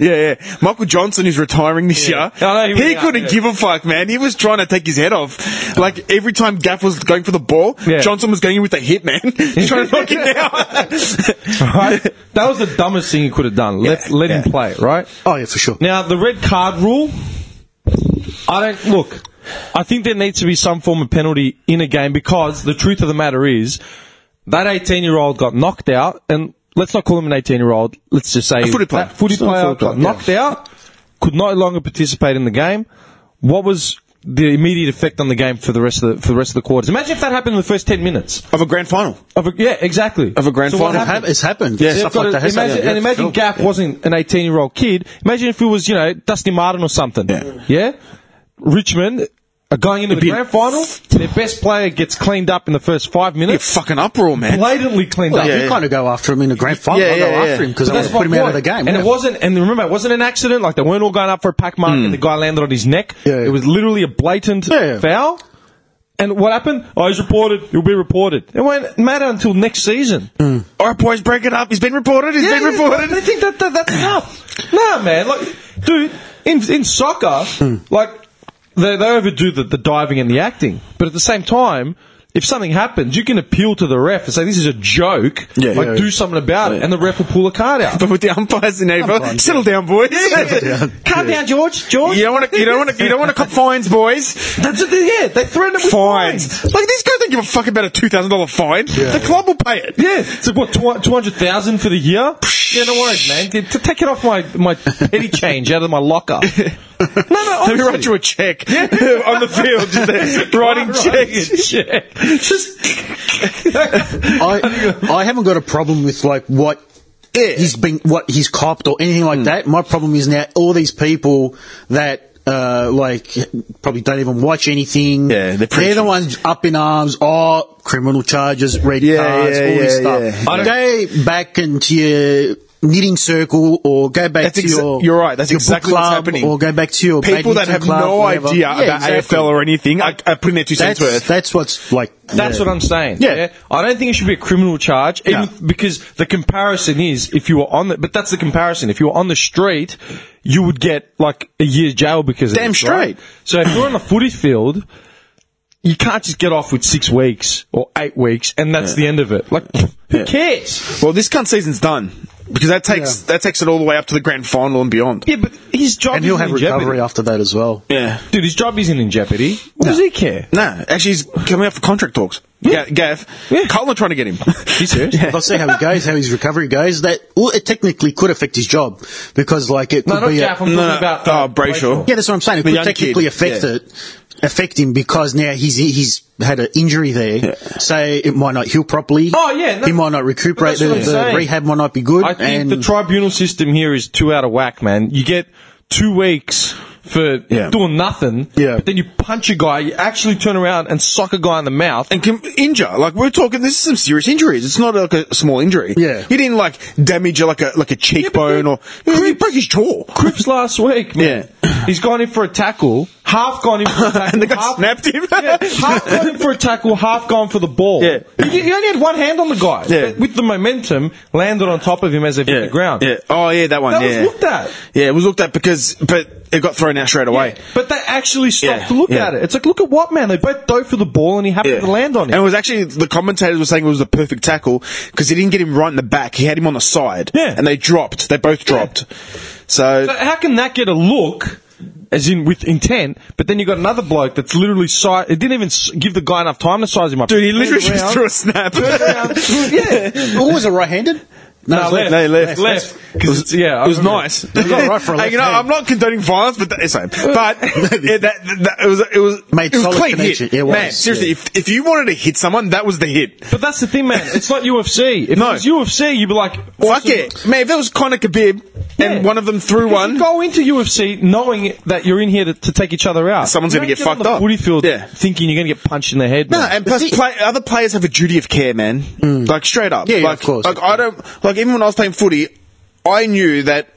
S7: yeah, yeah. Michael Johnson, who's retiring this year,
S6: I know, he
S7: he,
S6: was out,
S7: couldn't
S6: yeah.
S7: give a fuck, man. He was trying to take his head off. Like every time Gaff was going for the ball,
S6: Yeah.
S7: Johnson was going in with the hit, man, trying to knock him out.
S6: right? That was the dumbest thing you could have done. let let him
S7: yeah.
S6: play, right?
S2: Oh yeah, for sure.
S6: Now the red card rule. I don't look. I think there needs to be some form of penalty in a game because the truth of the matter is that 18 year old got knocked out, and let's not call him an 18 year old. Let's just say
S7: footy player.
S6: that footy
S7: Still a
S6: player
S7: footy player,
S6: got knocked out, could no longer participate in the game. What was the immediate effect on the game for the rest of the, for the rest of the quarters? Imagine if that happened in the first 10 minutes.
S7: of a grand final.
S6: Of a, yeah, exactly.
S7: Of a grand
S6: So what
S7: final.
S2: It hap-
S6: happened?
S2: it's happened.
S7: Yeah,
S2: stuff
S6: They've
S2: like that.
S6: got to-
S2: has
S6: imagine,
S2: happened.
S6: and imagine
S2: Sure.
S6: Gap wasn't an 18 year old kid. Imagine if it was, you know, Dusty Martin or something.
S7: Yeah.
S6: Richmond are going into the
S7: be-
S6: grand final. Their best player gets cleaned up in the first five
S7: Be a
S6: minutes.
S7: fucking uproar, man.
S6: Blatantly cleaned
S2: Well,
S6: up.
S2: you
S7: yeah.
S2: kind of go after him in the grand final.
S7: Yeah,
S2: I go
S7: yeah, yeah.
S2: after him because I
S6: But
S2: want to
S6: my
S2: put him out of the
S6: point.
S2: game.
S6: And
S2: yeah.
S6: it wasn't, and remember, it wasn't an accident. Like, they weren't all going up for a pack mark and the guy landed on his neck.
S2: Hmm. Yeah.
S6: It was literally a blatant
S2: Yeah, yeah.
S6: foul. And what happened? Oh, he's reported. He'll be reported. It won't matter until next season.
S7: All right, boys, break it up. He's been reported. He's been reported.
S6: I think that,
S7: Hmm.
S6: that that's enough. nah, man. Like, dude, in in soccer, like they, they overdo the, the diving and the acting. But at the same time, if something happens, you can appeal to the ref and say, this is a joke.
S7: Yeah.
S6: like,
S7: Yeah.
S6: do something about it. And the ref will pull a card out.
S7: But with the umpires in Ava, settle down, boys.
S6: Calm down, George. George.
S7: You don't want to. You don't want to. You don't want to cop fines, boys.
S6: That's it. Yeah, they threaten it with fines.
S7: Fines. Like these guys don't give a fuck about a two thousand dollar fine. The club will pay it.
S6: Yeah, so what two hundred thousand for the year? yeah, no worries, man. Yeah, To take it off my my petty change out of my locker. no, no,
S7: Let me
S6: honestly.
S7: write you a check on the field, just there, writing checks.
S6: check. Just
S2: I I haven't got a problem with like what he's been, what he's copped or anything
S7: Hmm.
S2: like that. My problem is now all these people that. Uh, like probably don't even watch anything.
S7: Yeah, they're
S2: they're the
S7: preaching.
S2: ones up in arms. Oh, criminal charges, red
S7: Yeah,
S2: cards,
S7: yeah,
S2: all this
S7: yeah,
S2: stuff.
S7: yeah. I
S2: Go back into your knitting circle, or go back
S7: That's
S2: to
S7: exa-
S2: your.
S7: you're right, that's
S2: your book
S7: exactly what's
S2: club,
S7: happening.
S2: Or go back to your
S7: People that
S2: badminton
S7: have
S2: club,
S7: no
S2: whatever.
S7: idea
S2: Yeah,
S7: about
S2: exactly.
S7: AFL or anything are, are putting their two cents
S2: That's
S7: worth.
S2: that's what's like.
S6: that's what I'm saying.
S2: Yeah.
S6: I don't think it should be a criminal charge, even
S7: Yeah.
S6: because the comparison is if you were on the. But that's the comparison. If you were on the street, you would get like a year's jail because
S7: Damn
S6: of this,
S7: straight.
S6: right? So if you're on the footy field. You can't just get off with six weeks or eight weeks, and that's the end of it. Like, who cares?
S7: Well, this cunt season's done because that takes that takes it all the way up to the grand final and beyond.
S6: Yeah, but his job
S2: and
S6: isn't
S2: he'll have
S6: in
S2: recovery
S6: jeopardy.
S2: after that as well.
S7: Yeah.
S6: Dude, his job isn't in jeopardy. What does he care?
S7: No, actually, he's coming up for contract talks. Yeah. Gav,
S6: Yeah.
S7: Colin trying to get him.
S6: He's serious?
S2: But I'll see how he goes, how his recovery goes. That well, it technically could affect his job because, like, it could
S6: No, not
S2: be. a-
S6: Gaff. I'm
S7: No,
S6: talking about uh,
S7: oh, Brayshaw.
S2: yeah, that's what I'm saying. It
S7: The
S2: could
S7: young
S2: technically
S7: kid,
S2: affect
S7: yeah.
S2: it, affect him because now he's he's had an injury there. So it might not heal properly.
S6: Oh, yeah, no-
S2: he might not recuperate.
S6: But that's
S2: The,
S6: what I'm
S2: the
S6: saying.
S2: rehab might not be good.
S6: I think
S2: and
S6: the tribunal system here is too out of whack, man. You get two weeks for
S7: Yeah.
S6: doing nothing,
S2: Yeah.
S6: but then you punch a guy, you actually turn around and sock a guy in the mouth.
S7: and can injure. Like we're talking, this is some serious injuries. It's not like a small injury.
S2: Yeah.
S7: you didn't like damage like a like a cheekbone or yeah, you broke his jaw.
S6: Cripps last week, man. He's gone in for a tackle, half gone in for a tackle.
S7: And the guy
S6: half,
S7: snapped him.
S6: Yeah, half gone in for a tackle, half gone for the ball.
S7: Yeah.
S6: He, he only had one hand on the guy.
S7: Yeah.
S6: But with the momentum, landed on top of him as they hit the ground.
S7: Yeah. Oh yeah, that one.
S6: That was
S7: yeah.
S6: looked at.
S7: Yeah, it was looked at because, but it got thrown out straight away.
S6: But they actually stopped
S7: Yeah,
S6: to look
S7: yeah.
S6: at it. It's like, look at what, man? They both dove for the ball and he happened
S7: Yeah.
S6: to land on
S7: And it
S6: it.
S7: was actually the commentators were saying it was the perfect tackle because he didn't get him right in the back. He had him on the side.
S6: Yeah.
S7: And they dropped. They both dropped. So,
S6: So how can that get a look, as in with intent, but then you got another bloke that's literally size. It didn't even s- give the guy enough time to size him up.
S7: dude, he literally
S6: Turned
S7: just
S6: around,
S7: threw a snap.
S6: turned around, threw- yeah.
S2: oh, was it right-handed?
S6: No,
S2: it's
S6: left.
S7: No, he left.
S6: Left.
S7: It was,
S6: Because, yeah, I
S7: it was
S6: remember.
S7: nice.
S2: It was all right for a
S7: Hey, you know,
S2: left hand.
S7: I'm not condoning violence, but that, same. But it, that, that, it was it was
S2: Made
S7: it was
S2: solid
S7: clean
S2: connection.
S7: hit.
S2: It was,
S7: Man, seriously,
S2: yeah.
S7: if if you wanted to hit someone, that was the hit.
S6: But that's the thing, man. It's not UFC. If
S7: No.
S6: it was UFC, you'd be like,
S7: Fuck
S6: awesome.
S7: it, man. If that was Conor Khabib
S6: Yeah.
S7: and one of them threw
S6: Because
S7: one,
S6: You go into UFC knowing that you're in here to, to take each other out.
S7: Someone's
S6: You
S7: gonna
S6: don't
S7: get
S6: on
S7: fucked
S6: the
S7: up.
S6: Footy field,
S7: Yeah.
S6: thinking you're gonna get punched in the head.
S7: No,
S6: man.
S7: and plus, play, other players have a duty of care, man. Like straight up.
S2: Mm. Yeah, yeah,
S7: like,
S2: of course.
S7: Like I don't like even when I was playing footy, I knew that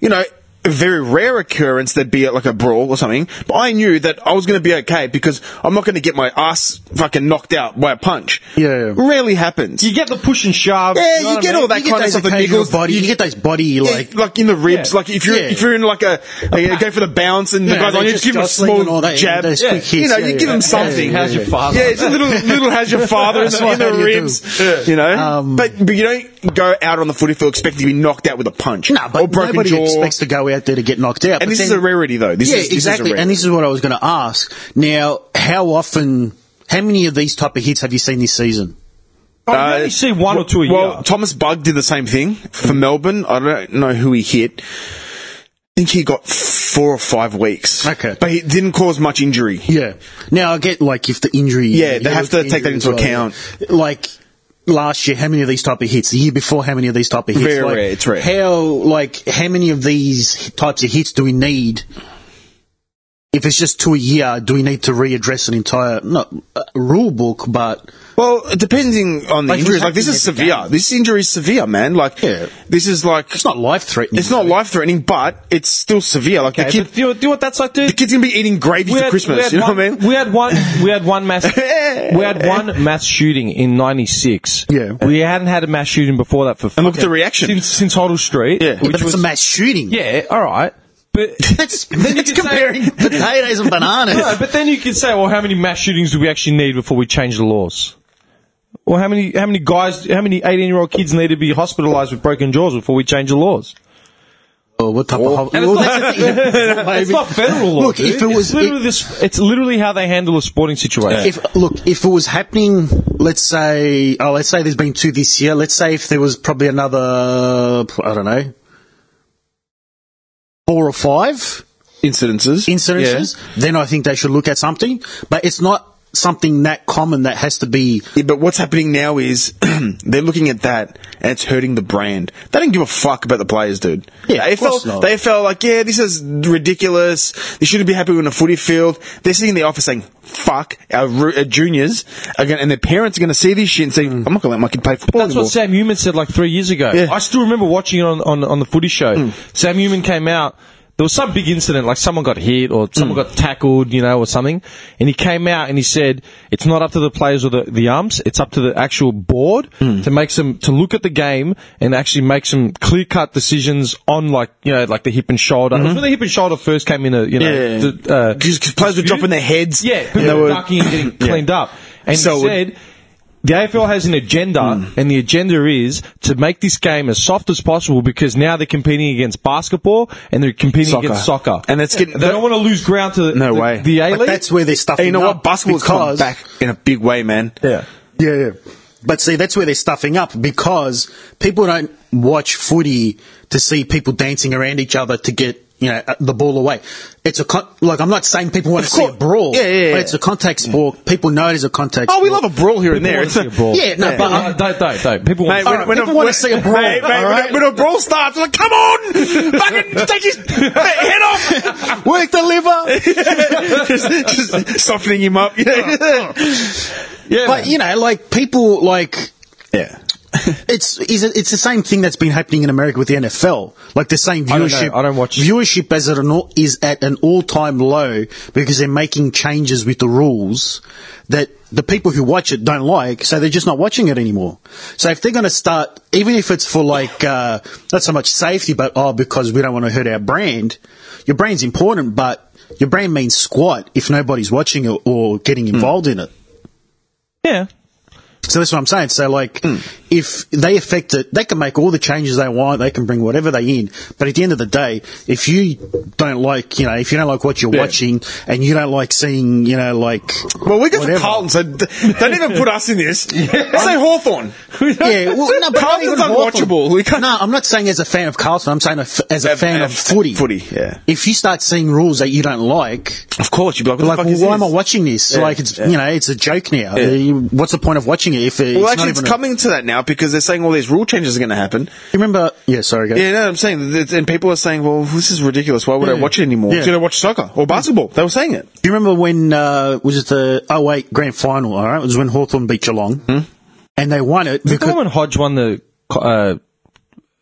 S7: you know a very rare occurrence there'd be like a brawl or something, but I knew that I was going to be okay because I'm not going to get my ass fucking knocked out by a punch.
S2: Yeah, yeah.
S7: rarely happens.
S6: you get the push and shove.
S7: yeah,
S6: know
S7: you
S6: what
S7: get
S6: I mean?
S7: all that
S2: You get
S7: kind of
S2: those
S7: stuff. that
S2: occasional
S7: niggles-
S2: body. You, get those body
S7: yeah,
S2: like.
S7: like in the ribs,
S6: Yeah.
S7: like if you're
S2: Yeah.
S7: if you're in like a, like, you go for the bounce and the
S2: Yeah,
S7: guys
S2: they're
S7: on you
S2: just
S7: just give them a
S2: jostling and all
S7: small
S2: that, yeah,
S7: jab,
S2: those quick
S7: you
S2: hits,
S7: know,
S2: yeah,
S7: you
S2: yeah,
S7: give them
S2: yeah.
S7: something.
S6: How's your father?
S7: Yeah, it's a little little has your father in
S2: That's
S7: the,
S2: what
S7: in the
S2: how do you do.
S7: ribs, you know.
S2: Um,
S7: but but you don't go out on the footy field expecting to be knocked out with a punch.
S2: no, but
S7: or broken
S2: nobody
S7: jaw.
S2: expects to go out there to get knocked out. but
S7: and this is
S2: then-
S7: a rarity, though. This
S2: yeah,
S7: is, this
S2: exactly.
S7: Is a rarity.
S2: and this is what I was going to ask. Now, how often, how many of these type of hits have you seen this season?
S6: I only see one or two a
S7: Uh, well,
S6: year.
S7: Thomas Bug did the same thing for Melbourne. I don't know who he hit. I think he got four or five weeks.
S2: Okay.
S7: but he didn't cause much injury.
S2: Yeah. Now I get like if the injury.
S7: Yeah,
S2: you
S7: they have
S2: the
S7: to take that
S2: injury
S7: into
S2: as well. Like last year, how many of these type of hits? The year before, how many of these type of hits?
S7: Very
S2: like,
S7: rare, it's rare.
S2: How like how many of these types of hits do we need? If it's just two a year, do we need to readdress an entire not uh, rule book, but
S7: Well, it depends in- on the
S2: Like,
S7: injuries.
S2: it's
S7: Like this is
S2: happening every
S7: severe. This injury is severe, man. Like
S2: Yeah.
S7: this is like
S2: it's not life threatening.
S7: it's not life threatening, but it's still severe. Like
S6: Okay,
S7: the kid,
S6: but do, you, do you know what that's like, dude?
S7: the kid's gonna be eating gravy for Christmas. You know
S6: one,
S7: what I mean?
S6: We had one. We had one mass. we had one mass shooting in '96.
S2: Yeah.
S6: we hadn't had a mass shooting before that for.
S7: And look at
S6: fucking-
S7: the reaction.
S6: since since Hoddle Street.
S7: Yeah.
S2: But
S6: which
S2: it's
S6: was
S2: a mass shooting.
S6: yeah. All right. But
S2: That's,
S6: you
S2: that's
S6: could say-
S2: comparing potatoes and bananas.
S6: No, but then you could say, well, how many mass shootings do we actually need before we change the laws? Well, how many how many guys, how many eighteen year old kids need to be hospitalised with broken jaws before we change the laws?
S2: Oh, what type of hobby?
S6: And
S2: Well,
S6: it's not-
S2: that's the thing.
S6: it's not federal law.
S2: Look,
S6: dude.
S2: if it was,
S6: it's literally, this, it's literally how they handle a sporting situation.
S2: if look, if it was happening, let's say, oh, let's say there's been two this year. Let's say if there was probably another, I don't know, four or five
S7: Incidences.
S2: incidences, then I think they should look at something. But it's not something that common that has to be.
S7: Yeah, but what's happening now is they're looking at that and it's hurting the brand. They don't give a fuck about the players, dude.
S2: Yeah,
S7: they
S2: of course
S7: felt
S2: not.
S7: they felt like yeah, this is ridiculous. They shouldn't be happy on a footy field. They're sitting in the office saying, "Fuck, our, ru- our juniors are going," and their parents are going to see this shit and say, "I'm not going to let my kid play football."
S6: That's what
S7: anymore."
S6: Sam Newman said like three years ago.
S7: Yeah. Hmm.
S6: I still remember watching it on, on, on the footy show. Sam Newman came out. There was some big incident, like someone got hit or someone
S7: Hmm.
S6: got tackled, you know, or something. And he came out and he said, it's not up to the players or the, the umps. It's up to the actual board
S7: Hmm.
S6: to make some, to look at the game and actually make some clear cut decisions on like, you know, like the hip and shoulder. It was When the hip and shoulder first came in, uh, you know,
S7: Mm-hmm. Yeah.
S6: the, uh,
S7: Because players were dropping their heads.
S6: yeah,
S7: and they
S6: people
S7: were-
S6: ducking and getting cleaned up. And
S7: So Hmm.
S6: he
S7: would-
S6: said the AFL has an agenda, and the agenda is to make this game as soft as possible because now they're competing against basketball and they're competing
S7: Soccer.
S6: against soccer,
S7: And it's getting-
S6: they don't want to lose ground to
S7: No
S6: the,
S7: way.
S6: the A
S2: But
S6: League.
S2: that's where they're stuffing.
S7: And you know
S2: up
S7: what? Basketball's coming
S2: because
S7: back in a big way, man.
S6: yeah.
S2: Yeah, yeah. But see, that's where they're stuffing up because people don't watch footy to see people dancing around each other to get you know the ball away. It's a con- like I'm not saying people want to see a
S7: course.
S2: brawl.
S7: Yeah, yeah, yeah.
S2: But it's a contact sport. People know it is a contact.
S7: Oh, we
S2: sport.
S7: love a brawl here and
S6: People
S7: there.
S6: want to see a
S7: It's a-
S6: brawl.
S2: Yeah, no,
S6: but
S2: but-
S6: uh, don't, don't, don't. People
S7: Mate,
S6: want.
S7: when,
S2: right,
S7: when, a,
S2: people wanna
S7: when-
S2: see a brawl,
S7: Mate, mate,
S2: all right?
S7: when, a, when a brawl starts, like, come on, fucking take his head off,
S2: work the liver.
S7: just, just softening him up. Yeah,
S6: yeah,
S2: But you know, like people like
S7: yeah.
S2: It's is it, it's the same thing that's been happening in America with the NFL. Like the same
S6: I don't know.
S2: viewership.
S6: I don't watch-
S2: viewership as at an all, is at an all time low because they're making changes with the rules that the people who watch it don't like, so they're just not watching it anymore. So if they're going to start, even if it's for like uh, not so much safety, but oh because we don't want to hurt our brand. Your brand's important, but your brand means squat if nobody's watching it or getting involved in it.
S6: yeah.
S2: So that's what I'm saying. So like,
S7: Hmm.
S2: if they affect it, they can make all the changes they want. They can bring whatever they in. But at the end of the day, if you don't like, you know, if you don't like what you're
S7: Yeah.
S2: watching and you don't like seeing, you know, like,
S7: Well, we got
S2: Whatever.
S7: the Carlton, so th- don't even put us in this. Say Hawthorn.
S2: yeah, well, no, but not even
S7: Carlton's
S2: Hawthorn.
S7: unwatchable. We can't.
S2: No, I'm not saying as a fan of Carlton. I'm saying a f- as a
S7: Ab-
S2: fan
S7: ab-
S2: of footy.
S7: footy, yeah.
S2: If you start seeing rules that you don't like,
S7: Of course, you'd be like, what
S2: like,
S7: the fuck
S2: well,
S7: is
S2: why
S7: this?
S2: am I watching this?
S7: Yeah,
S2: Like, it's
S7: yeah.
S2: you know, it's a joke now.
S7: Yeah.
S2: You- What's the point of watching it if it- it's
S7: Well,
S2: not
S7: actually, it's
S2: even a-
S7: coming to that now because they're saying all these rule changes are going to happen.
S2: You remember? Yeah, sorry, guys.
S7: Yeah, no, I'm saying, that- and people are saying, well, this is ridiculous. Why would I
S2: Yeah.
S7: watch it anymore?
S2: Yeah.
S7: Should I watch soccer or basketball? They were saying it.
S2: Do you remember when uh, was it the 08 grand final? All right, it was when Hawthorn beat Geelong, and they won it
S6: Remember
S2: because
S6: when Hodge won the uh, what's it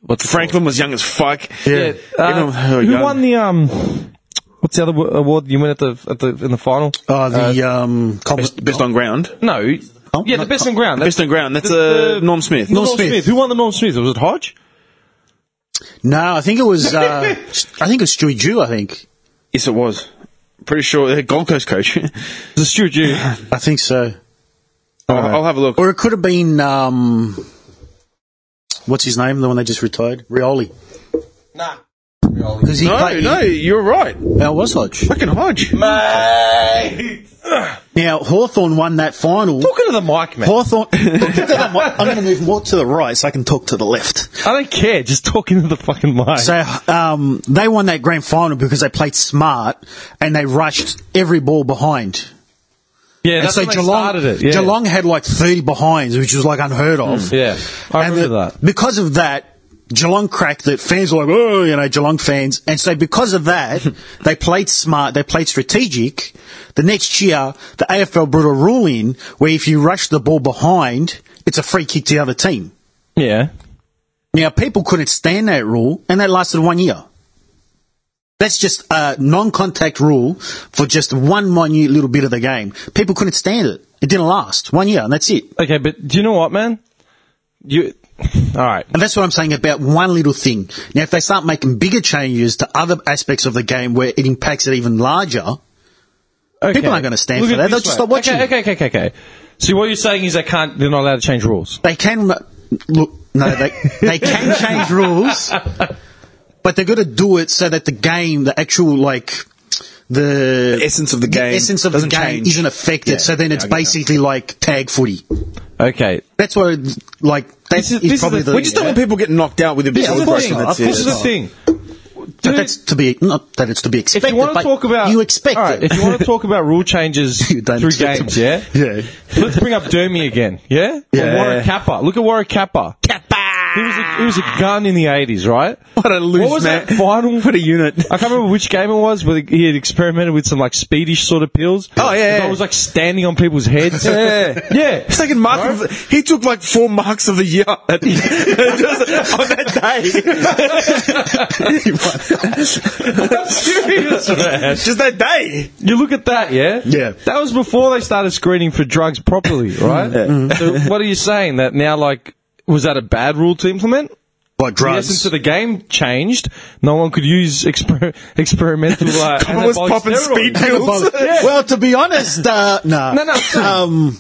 S6: called?
S7: Franklin was young as fuck.
S6: Yeah. Uh,
S7: Everyone- oh,
S6: who
S7: young.
S6: won the um? What's the other wa- award you win at the at the in the final?
S2: uh, the um, Com-
S7: Best, best on ground.
S6: No.
S2: Oh,
S6: yeah, the
S2: not-
S6: best on ground.
S7: Best on ground. That's uh, Norm Smith.
S6: Norm,
S2: Norm
S6: Smith.
S2: Smith.
S6: Who won the Norm Smith? Was it Hodge?
S2: no, I think it was uh, I think it was Stewie Jew. I think
S7: Yes, it was. Pretty sure the Gold Coast coach.
S6: It was Stuart Jew.
S2: I think so,
S7: I'll, I'll have a look.
S2: or it could have been um, what's his name, the one they just retired, Rioli.
S6: nah.
S2: Because he
S7: No,
S2: played.
S7: no, you're right.
S2: How was Hodge?
S7: Fucking Hodge.
S2: Now Hawthorn won that final.
S6: Talking to the mic, man.
S2: Hawthorn. I'm going to move more to the right so I can talk to the left.
S6: I don't care. Just talking to the fucking mic.
S2: So um, they won that grand final because they played smart and they rushed every ball behind.
S6: yeah,
S2: and
S6: that's
S2: so
S6: when they
S2: Geelong,
S6: started it. Yeah. Mm,
S2: Geelong had like 30 behinds, which was like unheard of.
S6: Yeah, I
S2: And
S6: remember
S2: the-
S6: that.
S2: Because of that, Geelong cracked that fans were like, oh, you know, Geelong fans. And so because of that, they played smart, they played strategic. The next year, the AFL brought a rule in where if you rush the ball behind, it's a free kick to the other team.
S6: Yeah.
S2: Now, people couldn't stand that rule, and that lasted one year. That's just a non-contact rule for just one minute little bit of the game. People couldn't stand it. It didn't last one year, and that's it.
S6: Okay, but do you know what, man? You All right.
S2: And that's what I'm saying about one little thing. Now, if they start making bigger changes to other aspects of the game where it impacts it even larger,
S6: Okay.
S2: People aren't gonna stand
S6: Look
S2: for
S6: at
S2: that.
S6: it
S2: They'll
S6: this
S2: just
S6: way.
S2: stop watching
S6: Okay,
S2: it.
S6: okay, okay, okay, okay. So what you're saying is they can't. They're not allowed to change rules.
S2: they can look. No, they they can change rules, but they're going to do it so that the game, the actual like the,
S7: essence of the game
S2: essence of the
S7: doesn't
S2: game
S7: change.
S2: isn't affected.
S7: Yeah,
S2: so then
S7: yeah,
S2: it's
S7: I get that.
S2: basically like tag footy.
S6: Okay.
S2: That's what like that's
S6: This is- this is
S2: probably
S6: the-
S2: the
S7: We just don't want people getting knocked out with a bit
S6: This
S7: of
S6: is the
S7: aggression,
S6: thing.
S7: that's
S6: This
S7: it.
S6: is the thing.
S2: But
S6: Dude,
S2: that's to be not that it's to be
S6: if
S2: expected.
S6: you want to
S2: but
S6: talk about
S2: you expect
S6: All right,
S2: it.
S6: If you want to talk about rule changes
S2: You don't
S6: through
S2: expect
S6: games,
S2: them.
S6: yeah,
S2: Yeah.
S6: Let's bring up Dermy again, yeah. Or Warwick Kappa. Look at Warwick Kappa. He was, a, he was a gun in the 80s, right?
S7: What a loose
S6: What was
S7: man.
S6: that final?
S7: What a unit.
S6: I can't remember which game it was, but he had experimented with some like speedish sort of pills.
S7: Oh, yeah, yeah.
S6: It was like standing on people's heads. yeah. Yeah.
S7: He's taking mark of the- he took like four marks of the year at- just on that day. I'm serious, man. Just that day.
S6: You look at that, yeah?
S2: Yeah.
S6: That was before they started screening for drugs properly, right? So what are you saying? That now, like, was that a bad rule to implement?
S2: like
S6: The
S2: drugs.
S6: essence of the game changed. No one could use exper- experimental. Uh,
S7: Copper was
S6: anabolic
S7: popping
S6: steroids.
S7: speed pills.
S6: Yeah.
S2: Well, to be honest, uh, no,
S6: No, no, sorry.
S2: Um,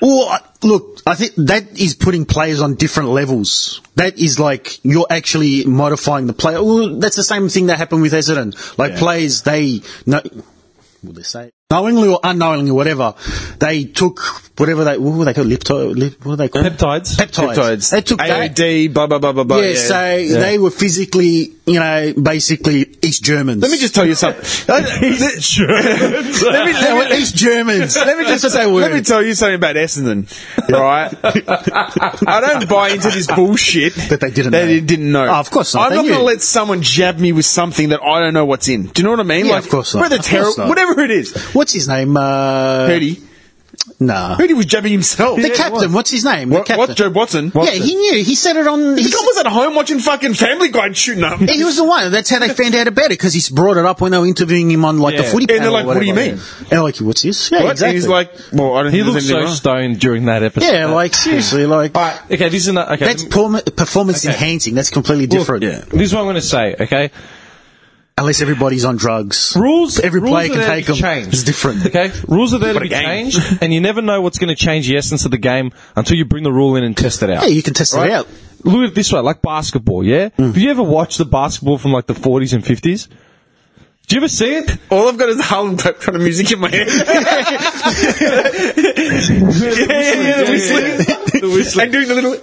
S2: well, I- look, I think that is putting players on different levels. That is like you're actually modifying the player. Well, that's the same thing that happened with Essendon. Like players, they no, will they say it? knowingly or unknowingly, whatever, they took whatever they what were they called Lipto, lip, what are they called
S6: Peptides.
S2: Peptides.
S7: Peptides.
S2: They took that.
S7: AOD, blah, blah, blah, blah, blah.
S2: Yeah, so they were physically, you know, basically East Germans.
S7: Let me just tell you something. He's Germans. let me,
S2: They
S7: let
S2: were
S7: me,
S2: East Germans.
S7: let me just
S2: That's what they were.
S7: Let me tell you something about Essendon, right? I don't buy into this bullshit
S2: That they didn't
S7: That
S2: know.
S7: they didn't know.
S2: Oh, of course not.
S7: I'm
S2: They
S7: not going to
S2: knew.
S7: let someone jab me with something that I don't know what's in. Do you know what I mean?
S2: Yeah, of course not.
S7: Whether
S2: Of course
S7: terror,
S2: not.
S7: whatever it is,
S2: What's his name? Uh,
S7: Purdy.
S2: Nah.
S7: Purdy was jabbing himself.
S2: The captain. What's his name?
S7: What,
S2: the captain.
S7: what? Joe Watson.
S2: yeah, he knew. He said it on. He,
S7: The guy
S2: said-
S7: was at home watching fucking Family Guy and shooting up.
S2: he was the one. That's how they found out about it because he brought it up when they were interviewing him on like the
S6: Yeah.
S2: footy.
S7: And they're
S2: panel
S7: like,
S2: or
S7: "What do you
S2: whatever."
S7: mean?"
S2: And they're like, "What's this?" Yeah,
S7: What?
S2: exactly.
S7: And he's like, well, I don't
S6: He
S7: think
S6: looked
S7: there's
S6: so
S7: anything wrong.
S6: stoned during that episode.
S2: yeah, like seriously, like
S6: Okay, this is not, okay.
S2: that's perform- performance enhancing. That's completely different.
S6: This is what I'm going to say. Okay,
S2: Unless everybody's on drugs,
S6: rules.
S2: Every
S6: rules
S2: player
S6: are
S2: can
S6: there to
S2: take
S6: be
S2: them.
S6: changed.
S2: It's different.
S6: Okay, rules are there
S7: What
S6: to
S7: a
S6: be
S7: game.
S6: changed, and you never know what's going to change the essence of the game until you bring the rule in and test it out.
S2: Yeah, you can test
S6: right?
S2: it out.
S6: Look at it this way, like basketball. Yeah, have you ever watched the basketball from like the 40s and 50s? Do you ever see it?
S7: All I've got is the Harlem Globe kind of music in my head. yeah, yeah, yeah, the whistling. The whistling. And doing the little... the,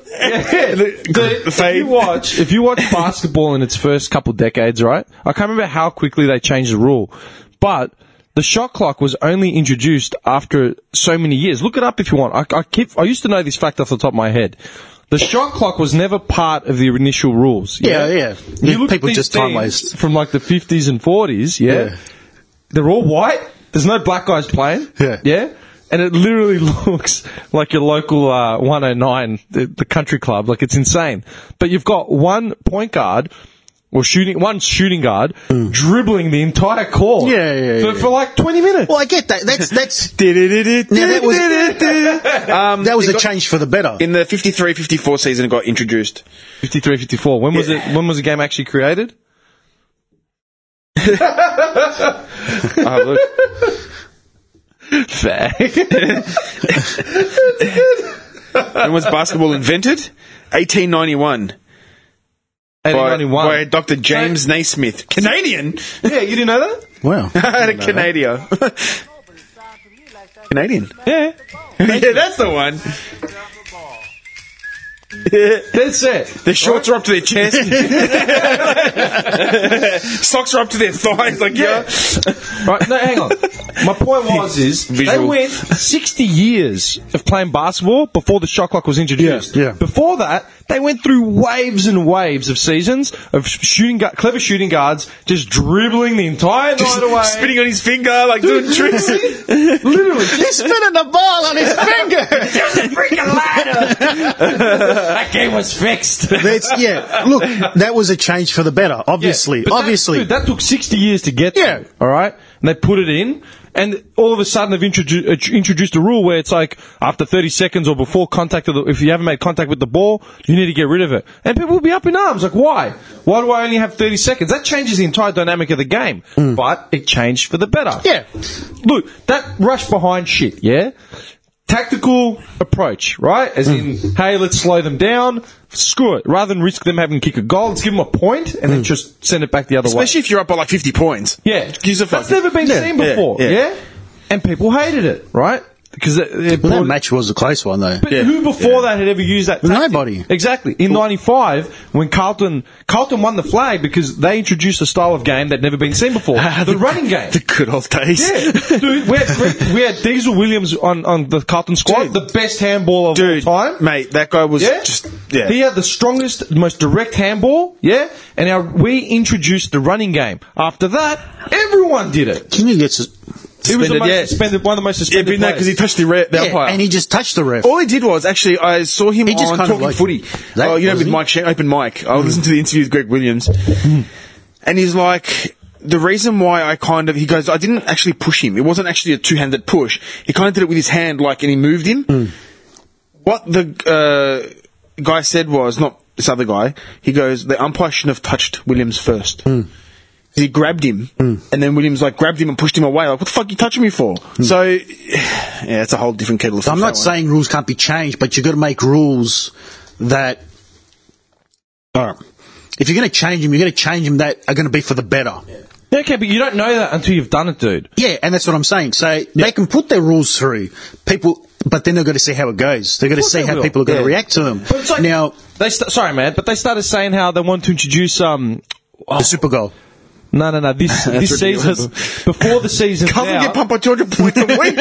S7: the
S6: if
S7: fade.
S6: you watch if you watch basketball in its first couple decades, right? I can't remember how quickly they changed the rule, but the shot clock was only introduced after so many years. Look it up if you want. I, I keep I used to know this fact off the top of my head. The shot clock was never part of the initial rules.
S2: Yeah, yeah.
S6: You look at
S2: People
S6: these
S2: just time
S6: teams
S2: waste.
S6: from like the fifties and forties. Yeah?
S2: Yeah.
S6: they're all white. There's no black guys playing.
S2: Yeah.
S6: yeah. And it literally looks like your local uh, 109, the, the country club. Like it's insane. But you've got one point guard or shooting, one shooting guard dribbling the entire court.
S2: Mm. Yeah, yeah,
S6: For,
S2: yeah.
S6: for like 20 minutes.
S2: Well, I get that. That's that's Now, that was-
S7: um,
S2: that was
S7: it
S2: a
S7: got-
S2: change for the better.
S7: In the 53-54 season, it got introduced.
S6: 53, 54. When was it? When was the game actually created?
S7: Ah, look. when was basketball invented? 1891.
S6: 1891.
S7: By, by Dr. James Naismith. Canadian?
S6: Yeah, you didn't know that?
S2: Wow.
S7: Out of Canada. Canadian.
S6: Yeah.
S7: yeah, that's the one.
S6: That's it.
S7: Their shorts are up to their chest. Socks are up to their thighs. Like, yeah.
S6: Right, no, hang on. My point was is they
S7: Visual.
S6: went sixty years of playing basketball before the shot clock was introduced.
S2: Yeah, yeah.
S6: Before that, they went through waves and waves of seasons of sh- shooting gu- clever shooting guards just dribbling the entire night away.
S7: Spitting on his finger, like doing tricks.
S6: Literally,
S2: He's spinning the ball on his finger.
S6: that game was fixed.
S2: That's yeah. Look, that was a change for the better. Obviously,
S6: But that-
S2: obviously.
S6: dude, that took sixty years to get.
S2: Yeah.
S6: to, all right, and they put it in, And all of a sudden, they've introdu- uh, introduced a rule where it's like after 30 seconds or before contact, of the, if you haven't made contact with the ball, you need to get rid of it. And people will be up in arms. Like, why? Why do I only have 30 seconds? That changes the entire dynamic of the game. But it changed for the better.
S2: Mm. Yeah.
S6: Look, that rush behind shit, yeah? Tactical approach, right? As
S2: Mm.
S6: in, hey, let's slow them down. Screw it. Rather than risk them having to kick a goal, let's give them a point and
S2: Mm.
S6: then just send it back the other way.
S7: Especially if you're up by like 50 points.
S6: Yeah.
S7: Gives a
S6: That's
S7: fuck.
S6: never been
S7: Yeah,
S6: seen
S7: yeah,
S6: before. Yeah,
S7: yeah.
S6: And people hated it, right? Because it, it
S2: Well, that
S6: brought-
S2: match was a close one though.
S6: but who before that had ever used that? tactic?
S2: Nobody.
S6: Exactly. In '95, when Carlton Carlton won the flag because they introduced a style of game that never been seen before, the, running game.
S7: The good old days.
S6: yeah, dude, we had, we had Diesel Williams on, on the Carlton squad,
S7: Dude.
S6: the best handball of
S7: Dude,
S6: all time.
S7: mate, that guy was
S6: Yeah,
S7: just yeah.
S6: He had the strongest, most direct handball. Yeah, and our, we introduced the running game. After that, everyone did it.
S2: Can you get? s-
S6: He was the
S7: Suspended,
S6: most
S7: yeah.
S6: suspended, one of the most
S7: yeah,
S6: suspended.
S7: been there because he
S6: players.
S7: touched the, re- the
S2: Yeah,
S7: umpire.
S2: and he just touched the ref.
S7: All he did was actually I saw him
S2: He just
S7: on
S2: kind of
S7: Talking
S2: like-
S7: Footy.
S2: That
S7: oh, you know, with
S2: wasn't
S7: Mike Shan- Open Mike. I listened to the interview with Greg Williams,
S2: Hmm.
S7: and he's like. The reason why I kind of, he goes, I didn't actually push him. It wasn't actually a two-handed push. He kind of did it with his hand, like, and he moved him.
S2: Hmm.
S7: What the uh, guy said was, not this other guy, he goes, the umpire shouldn't have touched Williams first.
S2: Hmm.
S7: He grabbed him, and then Williams, like, grabbed him and pushed him away. Like, what the fuck you touching me for? So, yeah, it's a whole different kettle of fish.
S2: Hmm. I'm
S7: that
S2: not
S7: one.
S2: saying rules can't be changed, but you've got to make rules that. All right. If you're going to change them, you're going to change them that are going to be for the better.
S6: Okay, but you don't know that until you've done it, dude.
S2: Yeah, and that's what I'm saying. So they can put their rules through people, but then they're going to see how it goes. They're going to
S6: course
S2: see
S6: they
S2: how
S6: will.
S2: people are going
S6: Yeah.
S2: to react to them.
S6: But it's like
S2: now,
S6: they st- sorry, man, but they started saying how they want to introduce um. oh,
S2: the Super Goal.
S6: no, no, no. This this season, before the season,
S7: Carlton
S6: now,
S7: get pumped by 200 points a week.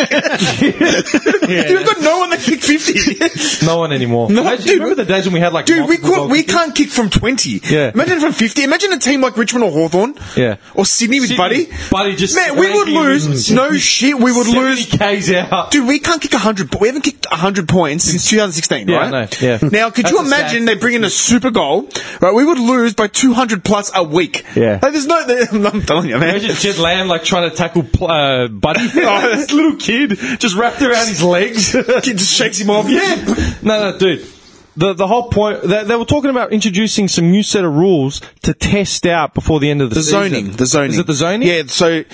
S7: You've got no one that kicked 50.
S6: no one anymore.
S7: No,
S6: Imagine-
S7: dude,
S6: remember the days when we had like
S7: Dude, we,
S6: multiple
S7: could, we
S6: goalkeepers?
S7: can't kick from 20.
S6: Yeah.
S7: Imagine from 50. Imagine a team like Richmond or Hawthorn.
S6: Yeah.
S7: Or Sydney with
S6: Sydney,
S7: Buddy.
S6: Buddy just
S7: Man, we would
S6: ranking
S7: lose.
S6: him.
S7: No shit, we would
S6: 70
S7: lose.
S6: K's out.
S7: Dude, we can't kick 100. po- We haven't kicked 100 points since 2016,
S6: Yeah, I
S7: right?
S6: know, yeah.
S7: Now, could
S6: That's
S7: you
S6: a sad
S7: imagine they bring in a super goal? Right, we would lose by 200 plus a week.
S6: Yeah.
S7: Like, there's no. I'm telling you, man.
S6: Imagine Jed Lamb like trying to tackle pl- uh, Buddy,
S7: Oh,
S6: this little kid just wrapped around his legs.
S7: Kid just shakes him off.
S6: Yeah. No, no, dude. The, the whole point they, they were talking about introducing some new set of rules to test out before the end of the,
S7: The
S6: season.
S7: zoning. The zoning.
S6: Is it the zoning?
S7: Yeah. So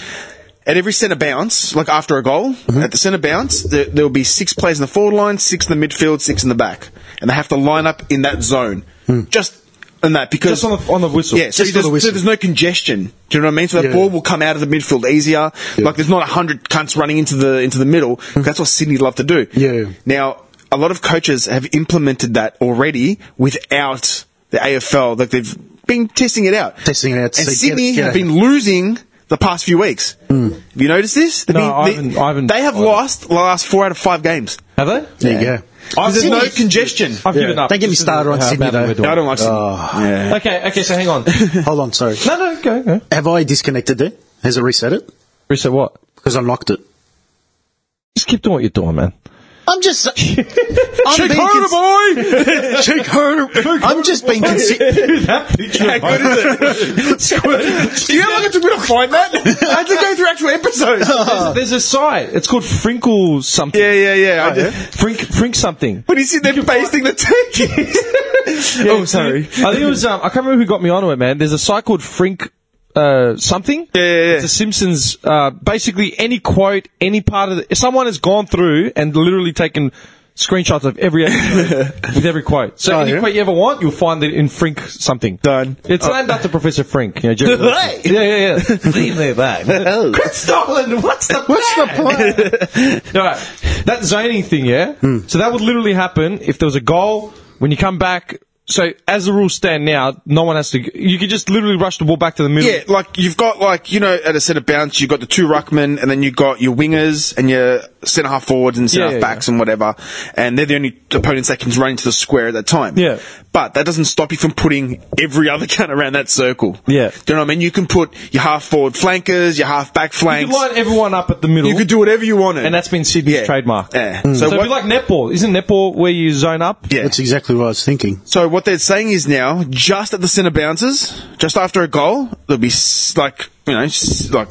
S7: at every centre bounce, like after a goal,
S6: Mm-hmm.
S7: at the centre bounce, there, there will be six players in the forward line, six in the midfield, six in the back, and they have to line up in that zone, just in that because
S6: Hmm. Just on the- on the whistle.
S7: Yeah. So,
S2: Just on
S7: there's,
S2: the whistle.
S7: so there's no congestion. Do you know what I mean? So that
S2: Yeah.
S7: ball will come out of the midfield easier. Like there's not a hundred cunts running into the into the middle. That's what Sydney love to do.
S2: Hmm. Yeah.
S7: Now, a lot of coaches have implemented that already without the AFL. Like they've been testing it out.
S2: Testing it out to
S7: And
S2: see-
S7: Sydney
S2: get- get
S7: have
S2: it. Hmm.
S7: been losing the past few weeks. Have you noticed this? They've
S6: No,
S7: been-
S6: I haven't- I haven't-
S7: They have
S6: I haven't.
S7: lost the last four out of five games.
S6: Have they?
S2: There you go.
S7: Because there's
S2: Oh, Sydney-
S7: no congestion. Ah.
S6: I've
S2: Yeah.
S6: given up.
S2: Don't get me
S6: This is
S2: started on
S6: how
S2: Sydney,
S6: badly
S2: though.
S6: we're doing.
S7: I don't like Sydney. Yeah.
S6: Okay, okay, so hang on.
S2: Hold on, sorry.
S6: No, no, go, go.
S2: Have I disconnected there? Has it reset it?
S6: Reset what?
S2: Because I locked it.
S6: Just keep doing what you're doing, man.
S2: I'm just. I'm being cons-
S6: boy!
S2: Shake harder. I'm just being consi-
S6: that picture of mine.
S7: Do you ever get to real find that? I had to go through actual episodes.
S6: There's a site. It's called Frinkle something.
S7: yeah, yeah, yeah. I did.
S6: Frink, Frink something.
S7: But he's sitting there basting the turkeys.
S6: Yeah,
S7: oh, sorry.
S6: I think it was. Um, I can't remember who got me onto it, man. There's a site called Frink uh, something.
S7: yeah, yeah.
S6: It's a Simpsons. Uh, basically, any quote, any part of the, someone has gone through and literally taken screenshots of every episode with every quote. So
S7: Oh,
S6: any
S7: yeah?
S6: quote you ever want, you'll find it in Frink something.
S7: Done. Oh.
S6: It's named after Professor Frink. You know, Jerry
S7: Right.
S6: Wilson. yeah, yeah, yeah. Leave me back. Quit stalling. What's the
S7: What's the plan?
S6: all right. That zoning thing, yeah?
S7: Hmm.
S6: So that would literally happen if there was a goal when you come back. So as the rules stand now, no one has to. You could just literally rush the ball back to the middle.
S7: yeah, like you've got like you know at a set of bounce you've got the two ruckmen and then you've got your wingers and your centre half forwards and centre
S6: Yeah,
S7: half
S6: yeah,
S7: backs and whatever, and they're the only opponents that can run into the square at that time.
S6: Yeah.
S7: but that doesn't stop you from putting every other gun around that circle.
S6: Yeah.
S7: do you know what I mean? You can put your half forward flankers, your half back
S6: You
S7: flanks.
S6: could line everyone up at the middle.
S7: You could do whatever you wanted,
S6: and that's been Sydney's
S7: Yeah.
S6: trademark. Mm.
S7: Yeah.
S6: So,
S7: So
S6: it'd be
S7: what-
S6: like netball. Isn't netball where you zone up?
S7: yeah.
S2: That's exactly what I was thinking.
S7: So what they're saying is now, just at the centre bounces, just after a goal, there'll be s- like you know, s- like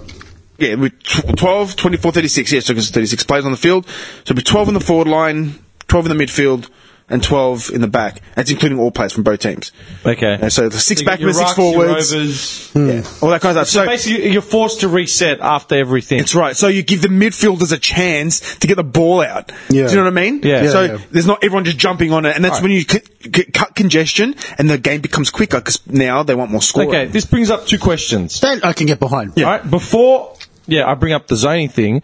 S7: yeah, with tw- 12, 24, 36. Yeah, so it's 36 players on the field. So it'd be 12 in the forward line, 12 in the midfield, and 12 in the back. That's including all players from both teams.
S6: Okay.
S7: And so the six
S6: So you got
S7: backmen,
S6: your
S7: six
S6: rucks, your
S7: forwards,
S6: overs.
S7: all that kind of stuff.
S6: So basically, you're forced to reset after everything.
S7: That's right. So you give the midfielders a chance to get the ball out.
S2: Yeah.
S7: Do you know what I mean?
S6: Yeah. Yeah,
S7: So
S2: yeah.
S7: there's not everyone just jumping on it, and that's
S6: Right.
S7: when you c- c- cut congestion, and the game becomes quicker because now they want more scoring.
S6: Okay, this brings up two questions.
S2: That I can get behind.
S6: All right, before, yeah, I bring up the zoning thing.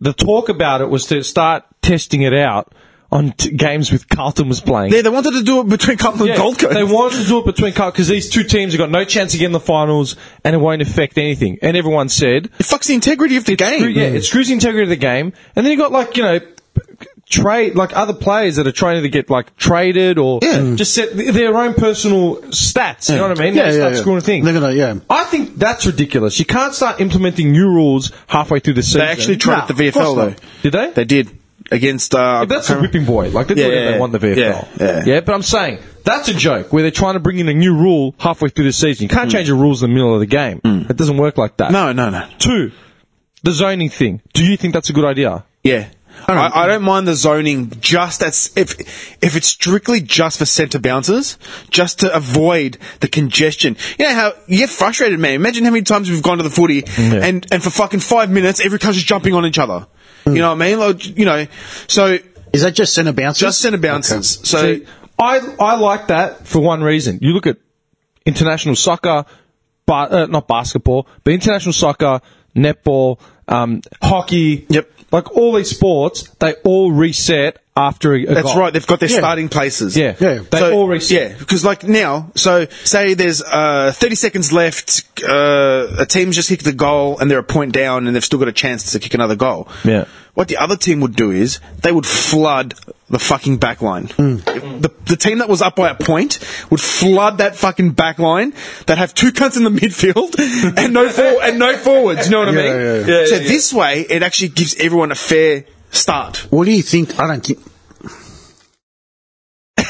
S6: The talk about it was to start testing it out on t- games with Carlton was playing.
S7: Yeah, they wanted to do it between Carlton
S6: Yeah,
S7: and Gold Coast.
S6: They wanted to do it between Carlton because these two teams have got no chance of getting the finals, and it won't affect anything. And everyone said,
S7: it fucks the integrity of the game.
S6: screw- yeah, it screws the integrity of the game. And then you got like you know. Trade like other players that are trying to get like traded or
S2: Yeah.
S6: just set their own personal stats. You know what I mean?
S2: Yeah,
S6: They
S2: yeah,
S6: start
S2: yeah.
S6: screwing things.
S2: They're gonna- yeah.
S6: I think that's ridiculous. You can't start implementing new rules halfway through the season.
S7: They actually tried at the
S2: of course
S7: VFL though.
S2: not.
S6: Did they?
S7: They did against. Uh,
S6: But that's
S7: I
S6: a
S7: can't remember-
S6: whipping boy. Like they do
S7: Yeah,
S6: whatever
S7: yeah,
S6: they want in the VFL.
S7: yeah, yeah.
S6: but I'm saying that's a joke where they're trying to bring in a new rule halfway through the season. You
S7: Mm.
S6: can't change the rules in the middle of the game. It doesn't work like that.
S7: No, no, no.
S6: Two, the zoning thing. Do you think that's a good idea?
S7: Yeah. I, I don't mind the zoning just that's if if it's strictly just for centre bouncers, just to avoid the congestion. You know how you get frustrated, man. Imagine how many times we've gone to the footy and, and for fucking five minutes every coach is jumping on each other. You know what I mean? Like you know so
S2: Is that just centre bouncers?
S7: just centre bouncers. So
S6: See, I I like that for one reason. You look at international soccer, but uh, not basketball, but international soccer, netball, um, hockey.
S7: Yep.
S6: Like all these sports, they all reset after a, a
S7: That's
S6: goal.
S7: right. They've got their
S2: Yeah.
S7: starting places.
S6: Yeah. Yeah. They all reset.
S7: Yeah, because like now, so say there's uh, 30 seconds left. Uh, a team's just kicked the goal and they're a point down, and they've still got a chance to kick another goal.
S6: Yeah.
S7: What the other team would do is they would flood the fucking back line.
S2: Hmm.
S7: The, the team that was up by a point would flood that fucking back line. They'd have two cunts in the midfield and no for- and no forwards. You know what I mean?
S2: yeah,
S6: yeah.
S7: so
S6: Yeah, yeah.
S7: this way, it actually gives everyone a fair start.
S2: What do you think? I don't think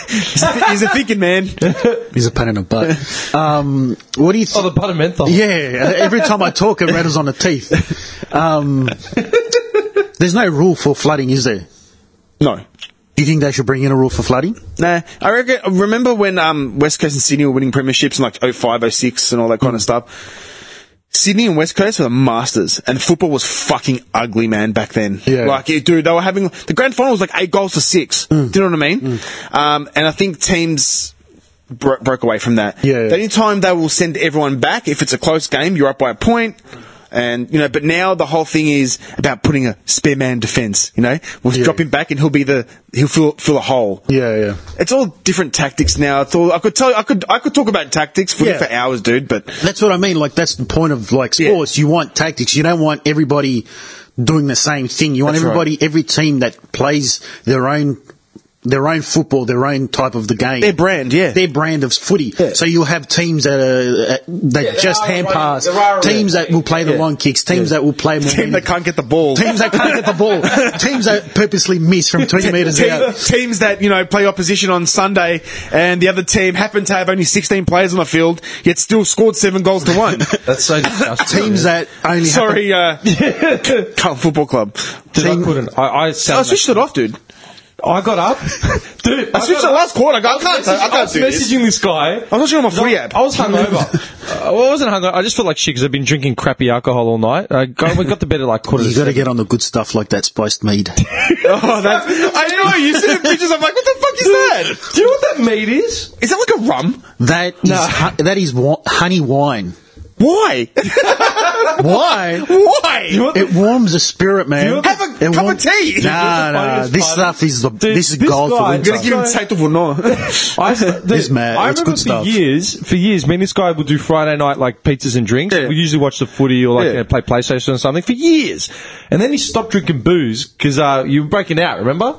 S7: He's a, he's a thinking man.
S2: he's a pain in the butt. Um, what do you
S6: Oh,
S2: think?
S6: the buttermenthal.
S2: yeah, every time I talk, it rattles on the teeth. Um, there's no rule for flooding, is there?
S7: No.
S2: Do you think they should bring in a rule for flooding?
S7: Nah, I reckon. Remember when um, West Coast and Sydney were winning premierships in like 05, 06 and all that kind of stuff. Sydney and West Coast were the masters, and football was fucking ugly, man, back then.
S2: Yeah.
S7: Like, it, dude, they were having the grand final was like eight goals to six.
S2: Mm.
S7: Do you know what I mean? Um, and I think teams bro- broke away from that.
S2: Yeah, yeah.
S7: The only time they will send everyone back if it's a close game, you're up by a point. And you know, but now the whole thing is about putting a spare man defense. You know, we'll
S2: Yeah.
S7: drop him back, and he'll be the he'll fill fill a hole
S2: Yeah, yeah.
S7: it's all different tactics now. It's all, I could tell. I could. I could talk about tactics for,
S2: Yeah.
S7: for hours, dude. But
S2: That's what I mean. Like that's the point of like sports. You want tactics. You don't want everybody doing the same thing. You want
S7: That's right.
S2: everybody, every team that plays their own, their own football, their own type of the game.
S7: their brand, yeah,
S2: their brand of footy.
S7: Yeah.
S2: So you'll have teams that are uh, that just
S6: are
S2: hand
S6: running-
S2: pass,
S6: there are-
S2: teams that will play the
S7: Yeah.
S2: long kicks, teams that will play more.
S7: team that can't get the ball.
S2: teams that can't get the ball, teams that purposely miss from twenty meters
S7: Team-
S2: out.
S7: teams that you know play opposition on Sunday, and the other team happen to have only 16 players on the field, yet still scored seven goals to one.
S6: That's so disgusting.
S2: Teams that only
S7: Sorry, uh, Carlton Football Club.
S6: Dude,
S2: team-
S6: I couldn't. I, I,
S7: I
S6: sound
S7: switched it off, dude.
S6: I got up, dude.
S7: I switched it
S6: got up.
S7: last quarter. I go, I
S6: I was
S7: can't. I
S6: messaging- I
S7: can't
S6: was
S7: do this.
S6: messaging this guy.
S7: I was watching on my free app.
S6: I was hungover. uh, well, I wasn't hungover. I just felt like shit because I've been drinking crappy alcohol all night. I got, we got to bed at like quarter to
S2: You got to
S6: seven.
S2: get on the good stuff like that spiced mead.
S7: Oh, that's, I know. You see the pictures. I'm like, what the fuck is that?
S6: Do you know what that meat is?
S7: Is that like a rum?
S2: That is hu- that is wa- honey wine.
S7: Why?
S2: Why?
S7: Why?
S6: You know what the
S2: It warms the spirit, man.
S7: Have a
S2: It
S7: cup
S2: warm-
S7: of tea.
S2: Nah,
S6: This is the
S2: nah.
S6: funniest
S2: This
S6: part.
S2: stuff is the
S6: Dude,
S2: this is
S6: this
S2: gold
S6: guy-
S2: for
S6: I'm gonna
S2: winter.
S6: give him
S7: Taito Vono.
S6: I, dude,
S2: This man,
S6: I
S2: it's
S6: remember
S2: good
S6: for
S2: stuff.
S6: years, for years, me and this guy would do Friday night like pizzas and drinks.
S7: Yeah.
S6: We usually watch the footy or like
S7: Yeah.
S6: you know, play PlayStation or something for years, and then he stopped drinking booze because uh, you were breaking out. Remember?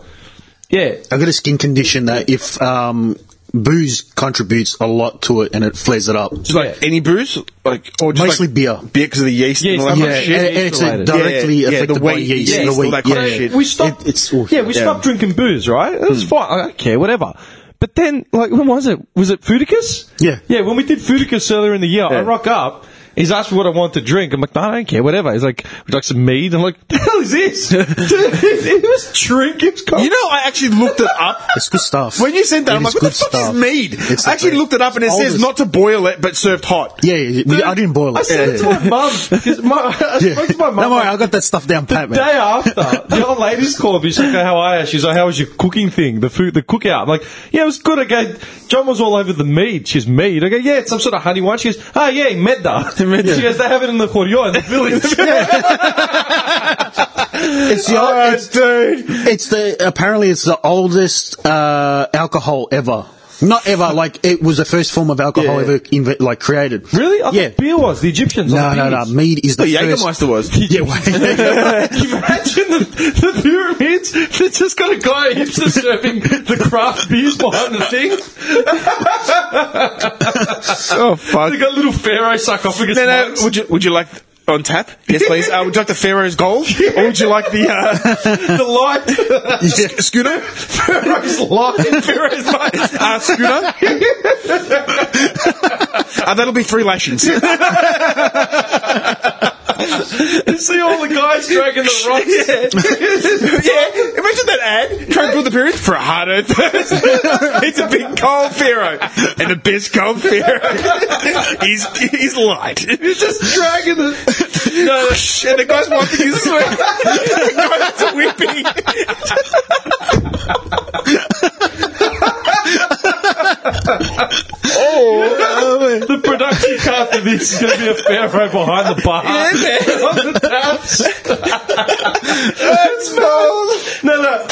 S6: Yeah,
S2: I've got a skin condition that if um, booze contributes a lot to it and it flares it up.
S7: Just like any booze, like or just
S2: Mostly
S7: like
S2: beer.
S7: beer because of the yeast
S6: Yeast,
S7: and all that
S6: yeah,
S7: kind of
S2: and,
S7: shit.
S2: and it's
S6: related.
S2: directly
S7: Yeah, yeah,
S2: affected
S7: the
S2: by
S7: weight,
S2: yeast,
S7: yeast,
S2: the
S7: all
S2: weight.
S7: that kind
S2: yeah,
S7: of
S2: yeah.
S7: shit.
S6: we stopped.
S2: It- it's oh, Hmm. awful.
S6: yeah, we stopped drinking booze, right? It was fine. I don't care, whatever. But then, like, when was it? Was it Foodicus?
S2: Yeah.
S6: Yeah, when we did Foodicus earlier in the year, I rock up He's asked me what I want to drink. I'm like, no, I don't care, whatever. He's like, would you like some mead? I'm like, the hell is this? Dude, it was drink. It's cold.
S7: You know, I actually looked it up.
S2: It's good stuff.
S7: When you said that,
S2: It
S7: I'm like,
S2: is
S7: what the
S2: good
S7: fuck
S2: stuff.
S7: is mead?
S2: It's
S7: I actually
S2: the-
S7: looked it up and it
S2: it's
S7: says
S2: oldest-
S7: not to boil it, but served hot.
S2: Yeah, yeah, yeah. I didn't boil it.
S6: I said it
S2: yeah.
S6: to my mum. 'cause my- I
S2: Yeah.
S6: spoke to my mum.
S2: Don't worry,
S6: like,
S2: I got that stuff down pat, man.
S6: Day after, the old lady's called me. She's like, "Oh, "How are you?" She's like, "How was your cooking thing? The food, the cookout?" I'm like, "Yeah, it was good." I go, "John was all over the mead." She's mead. I go, "Yeah, it's some sort of honey wine." She goes, "Oh yeah, medda." She goes, "They have it in the Koryo in the village."
S2: It's the,
S6: Alright,
S2: it's, it's the apparently it's the oldest uh, alcohol ever. Not ever. Like it was the first form of alcohol
S7: Yeah.
S2: ever inve- like created.
S6: really? I
S2: yeah.
S6: thought beer was the Egyptians.
S2: No,
S6: are
S2: no, no.
S6: beers.
S2: Mead is the
S7: The
S2: first.
S7: Jägermeister was.
S2: Yeah, wait.
S6: Imagine the, the pyramids. They just got a guy hipster serving the craft beers behind the thing.
S7: Oh, fuck.
S6: They got little pharaoh sarcophagus.
S7: No, no,
S6: mugs.
S7: uh, would you, would you like on tap? Yes, please. Uh, would you like the Pharaoh's gold? Or would you like the, uh,
S6: the light.
S7: sc- Scooter?
S6: Pharaoh's light. Pharaoh's light.
S7: Uh, scooter? uh, that'll be three lashings.
S6: See all the guys dragging the rocks.
S7: Yeah, imagine that ad. Trying to build the pyramid for a hard earned Thursday. it's a big cold pharaoh. And the best cold pharaoh is, is light. It's just dragging the. No, and the guy's wiping his sweat. the guy's whipping.
S6: The production car for this is going to be a pharaoh behind the bar. on the taps. That's cold. No, no.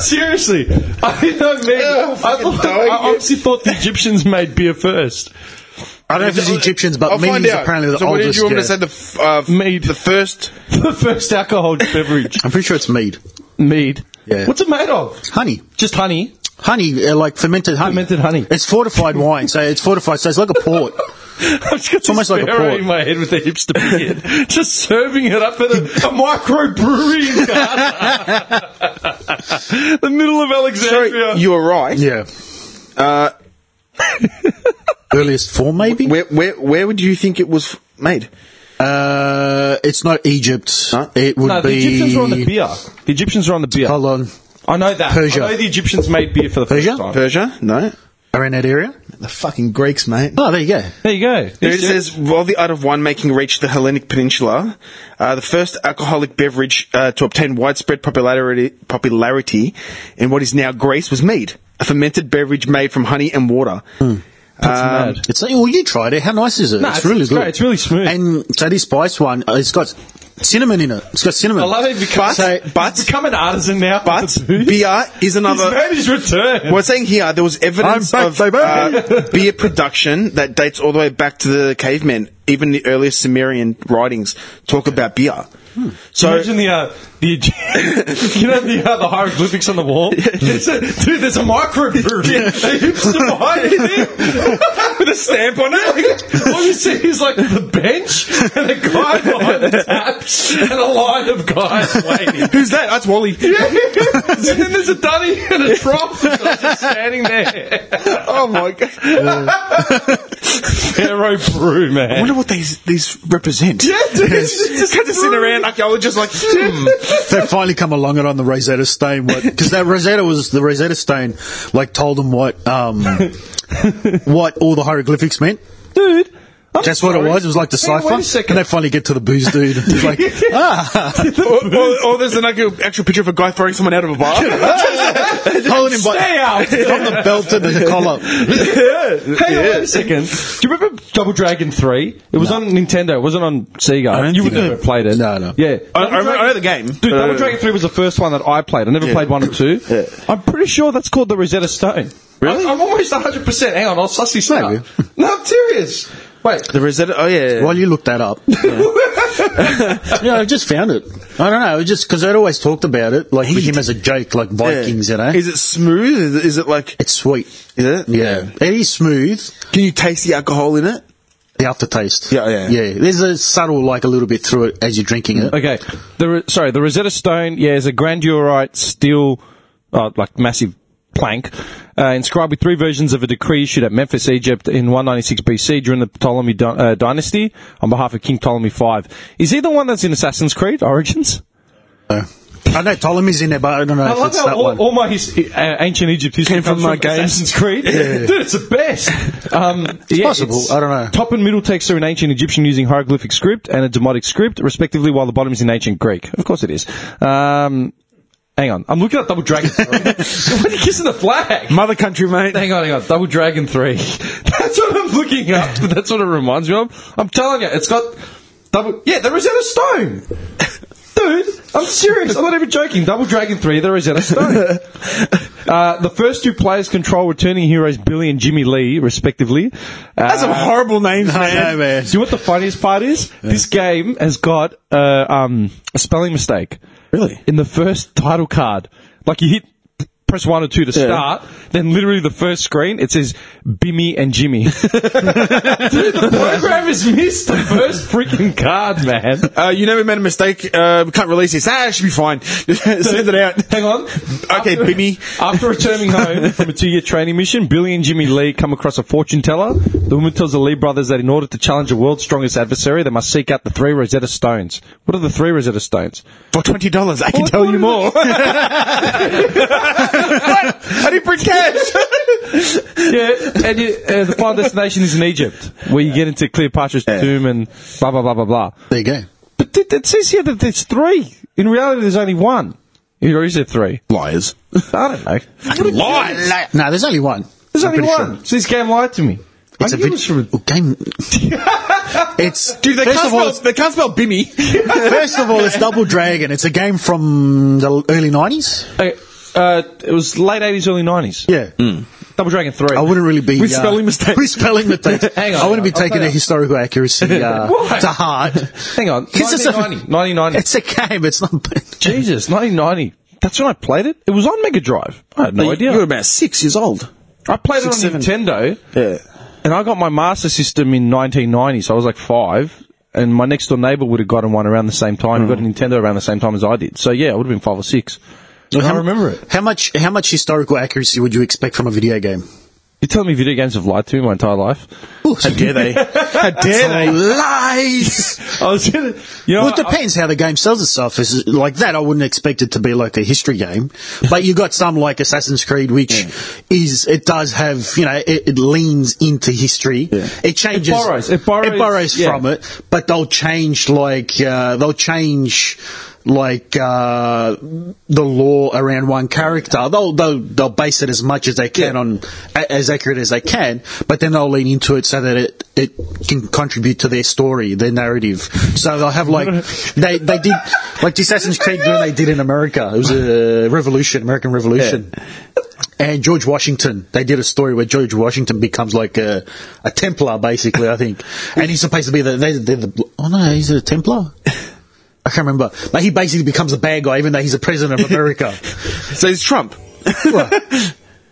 S6: Seriously, I didn't know me. I thought, I obviously thought the Egyptians made beer first.
S2: I don't know if it's Egyptians, but mead is apparently the
S7: so what did
S2: oldest.
S7: you want me to say?
S2: yeah.
S7: The, f- uh,
S6: Mead.
S7: the first.
S6: The first alcohol beverage,
S2: I'm pretty sure it's mead.
S6: mead.
S2: Yeah.
S6: What's it made of?
S2: Honey.
S6: Just honey.
S2: Honey, uh, like fermented honey.
S6: Fermented honey.
S2: It's fortified wine, so it's fortified, so it's like a port.
S6: I've got
S2: almost
S6: this
S2: like a
S6: pharaoh
S2: port.
S6: in my head with a hipster beard, just serving it up at a, a microbrewery in Ghana. the middle of Alexandria.
S7: Sorry, you were right.
S2: Yeah.
S7: Uh,
S2: Earliest form, maybe?
S7: where, where, where would you think it was made?
S2: Uh, it's not Egypt.
S7: Huh?
S2: It would
S6: no, the
S2: be.
S6: Egyptians were on the beer. The Egyptians were on the beer.
S2: Hold on.
S6: I know that.
S2: Persia.
S6: I know the Egyptians made beer for the
S2: Persia?
S6: first time.
S7: Persia? No.
S2: Around that area?
S8: The fucking Greeks, mate.
S2: Oh, there you go.
S6: There you go.
S7: There it says, while the art of winemaking reached the Hellenic Peninsula, uh, the first alcoholic beverage uh, to obtain widespread popularity, popularity in what is now Greece was mead, a fermented beverage made from honey and water. Um,
S6: That's mad.
S2: It's like, well, you tried it. How nice is it?
S6: No,
S2: it's,
S6: it's-
S2: really
S6: it's
S2: good.
S6: great. It's really smooth.
S2: And so this spice one, uh, it's got cinnamon in it. It's got cinnamon.
S6: I love it because
S2: So-
S7: but-
S6: he's become an artisan now. with
S7: But
S6: the booze.
S7: beer is
S6: He's
S7: another.
S6: made his return.
S7: We're saying here there was evidence
S2: I'm back,
S7: of uh, beer production that dates all the way back to the cavemen. Even the earliest Sumerian writings talk about beer. So
S6: Imagine the uh, the you know the uh, the hieroglyphics on the wall. There's a, dude, there's a microbrewery. They hipster behind you there with a stamp on it. All you see is like the bench and a guy behind the taps and a line of guys waiting.
S7: who's that? That's Wally.
S6: and then there's a dunny and a trough just standing there.
S7: Oh my god!
S6: Pharaoh brew
S7: I
S6: man.
S7: wonder what these these represent.
S6: Yeah, dude, it's just-
S7: Just kind of sitting around archaeologists like, hmm.
S2: they finally come along and on the Rosetta Stone because that Rosetta was the Rosetta Stone like told them what um what all the hieroglyphics meant.
S6: dude. I'm
S2: That's what
S6: sorry.
S2: it was. It was like the
S6: Hang on,
S2: cipher.
S6: wait a second.
S2: And they finally get to the booze dude. It's like ah,
S7: or, or, or Oh, there's an actual, actual picture of a guy throwing someone out of a bar.
S2: holding him by
S6: Stay out.
S2: from the belt to the collar.
S6: Hang on wait a second. Do you remember Double Dragon 3? It was on Nintendo. It wasn't on Sega. You would
S2: think I-
S6: never played it.
S2: No, no.
S6: Yeah.
S7: I- I
S6: Double
S7: remember- I
S6: Dragon-
S7: know the game,
S6: Dude,
S7: but I
S6: Double
S7: don't-
S6: Dragon 3 was the first one that I played. I never played 1 or 2. I'm pretty sure that's called the Rosetta Stone.
S7: Really?
S6: I'm, I'm almost 100%. Hang on, I'll suss this
S2: Maybe.
S6: out. No, I'm serious. Wait.
S7: the Rosetta. Oh yeah.
S2: While you look that up, yeah, I just found it. I don't know, it just because I'd always talked about it, like with him as a joke, like
S7: Yeah.
S2: Vikings, you know.
S7: Is it smooth? Is it, is it like?
S2: it's sweet.
S7: Is it?
S2: Yeah, it is smooth.
S7: Can you taste the alcohol in it?
S2: The aftertaste.
S7: Yeah, yeah.
S2: yeah. There's a subtle, like a little bit through it as you're drinking it.
S6: Okay. The, Ro- sorry, the Rosetta Stone, yeah, is a grandiorite steel, uh, like massive plank, uh, inscribed with three versions of a decree issued at Memphis, Egypt in 196 BC during the Ptolemy dy- uh, dynasty on behalf of King Ptolemy V. Is he the one that's in Assassin's Creed Origins?
S2: I know Ptolemy's in there, but I don't know
S6: I
S2: if
S6: love
S2: it's
S6: how
S2: that
S6: all,
S2: one.
S6: all my his, uh, ancient Egypt history
S7: Came from
S6: comes from
S7: my games.
S6: Assassin's Creed. Dude, it's the best. Um, it's
S2: possible. I don't know.
S6: Top and middle texts are in ancient Egyptian using hieroglyphic script and a demotic script, respectively, while the bottom is in ancient Greek. Of course it is. Um, hang on. I'm looking at Double Dragon 3. when are you kissing the flag?
S7: Mother country, mate.
S6: Hang on, hang on. Double Dragon 3. That's what I'm looking up. That's what it reminds me of. I'm telling you, it's got double. Yeah, the Rosetta Stone! Dude, I'm serious. I'm not even joking. Double Dragon 3, the Rosetta Stone. Uh, the first two players control returning heroes Billy and Jimmy Lee, respectively. Uh,
S7: That's some horrible names,
S2: I know,
S7: man.
S2: man.
S6: See what the funniest part is? This game has got uh, um, a spelling mistake.
S7: Really?
S6: In the first title card. Like you hit press one or two to start, then literally the first screen it says Bimmy and Jimmy. Dude, the programmers missed the first freaking card, man.
S7: Uh, you know we made a mistake. Uh, we can't release this. Ah, it should be fine. Send it out.
S6: Hang on.
S7: Okay, Bimmy.
S6: After returning home from a two-year training mission, Billy and Jimmy Lee come across a fortune teller. The woman tells the Lee brothers that in order to challenge the world's strongest adversary, they must seek out the three Rosetta Stones. What are the three Rosetta Stones?
S7: For twenty dollars, I can tell you more. I didn't bring cash.
S6: yeah, and you, uh, the final destination is in Egypt, where you get into Cleopatra's tomb and blah blah blah blah blah.
S2: There you go.
S6: But it, it says here that there's three. In reality, there's only one. Or is there three?
S7: Liars.
S6: I don't know.
S7: Lies.
S2: No, there's only one.
S6: There's
S2: I'm
S6: only
S2: pretty
S6: one. So this game lied to me.
S2: It's
S6: I
S2: a
S6: knew it
S2: vid-
S6: was from-
S2: oh, game. it's
S7: Dude, they
S2: first
S7: can't
S2: of all,
S7: spell. They can't spell Bimmy.
S2: it's- first of all, it's Double Dragon. It's a game from the early nineties.
S6: Okay, uh, it was late 80s, early 90s.
S2: Yeah,
S6: Double Dragon 3.
S2: Mm. I wouldn't really be
S7: With
S2: uh,
S7: spelling mistakes.
S2: With spelling mistakes,
S6: Hang on,
S2: I wouldn't be
S6: I'll
S2: taking
S6: play
S2: their
S6: it.
S2: historical accuracy uh,
S6: Why?
S2: to heart.
S6: Hang on.
S2: 'Cause it's a-
S6: 1990. 1990.
S2: It's a game. It's not.
S6: Jesus, 1990. That's when I played it. It was on Mega Drive. I had no idea.
S7: You were about six years old.
S6: I played
S7: Six,
S6: it on
S7: seven.
S6: Nintendo,
S7: Yeah.
S6: and I got my Master System in 1990, so I was like five. And my next door neighbour would have gotten one around the same time. Got a Nintendo around the same time as I did. So yeah, I would have been five or six. And I remember it.
S2: How much? How much historical accuracy would you expect from a video game?
S6: You're telling me video games have lied to me my entire life?
S2: How dare they? How dare they? Lies.
S6: I was, gonna- you know,
S2: Well, it
S6: I-
S2: depends how the game sells itself. Is like that, I wouldn't expect it to be like a history game. But you got some like Assassin's Creed, which is it does have you know it, it leans into history. It changes.
S6: It borrows- it borrows- yeah.
S2: from it, but they'll change like uh, they'll change like uh, the law around one character. They'll, they'll they'll base it as much as they can on a, as accurate as they can, but then they'll lean into it so that it it can contribute to their story, their narrative. So they'll have like they they did like the Assassin's Creed when they did in America. It was a revolution, American Revolution. And George Washington, they did a story where George Washington becomes like a, a Templar, basically, I think. And he's supposed to be the, they, they're the, oh no, he's a Templar? I can't remember. But he basically becomes a bad guy, even though he's a president of America.
S7: So it's Trump.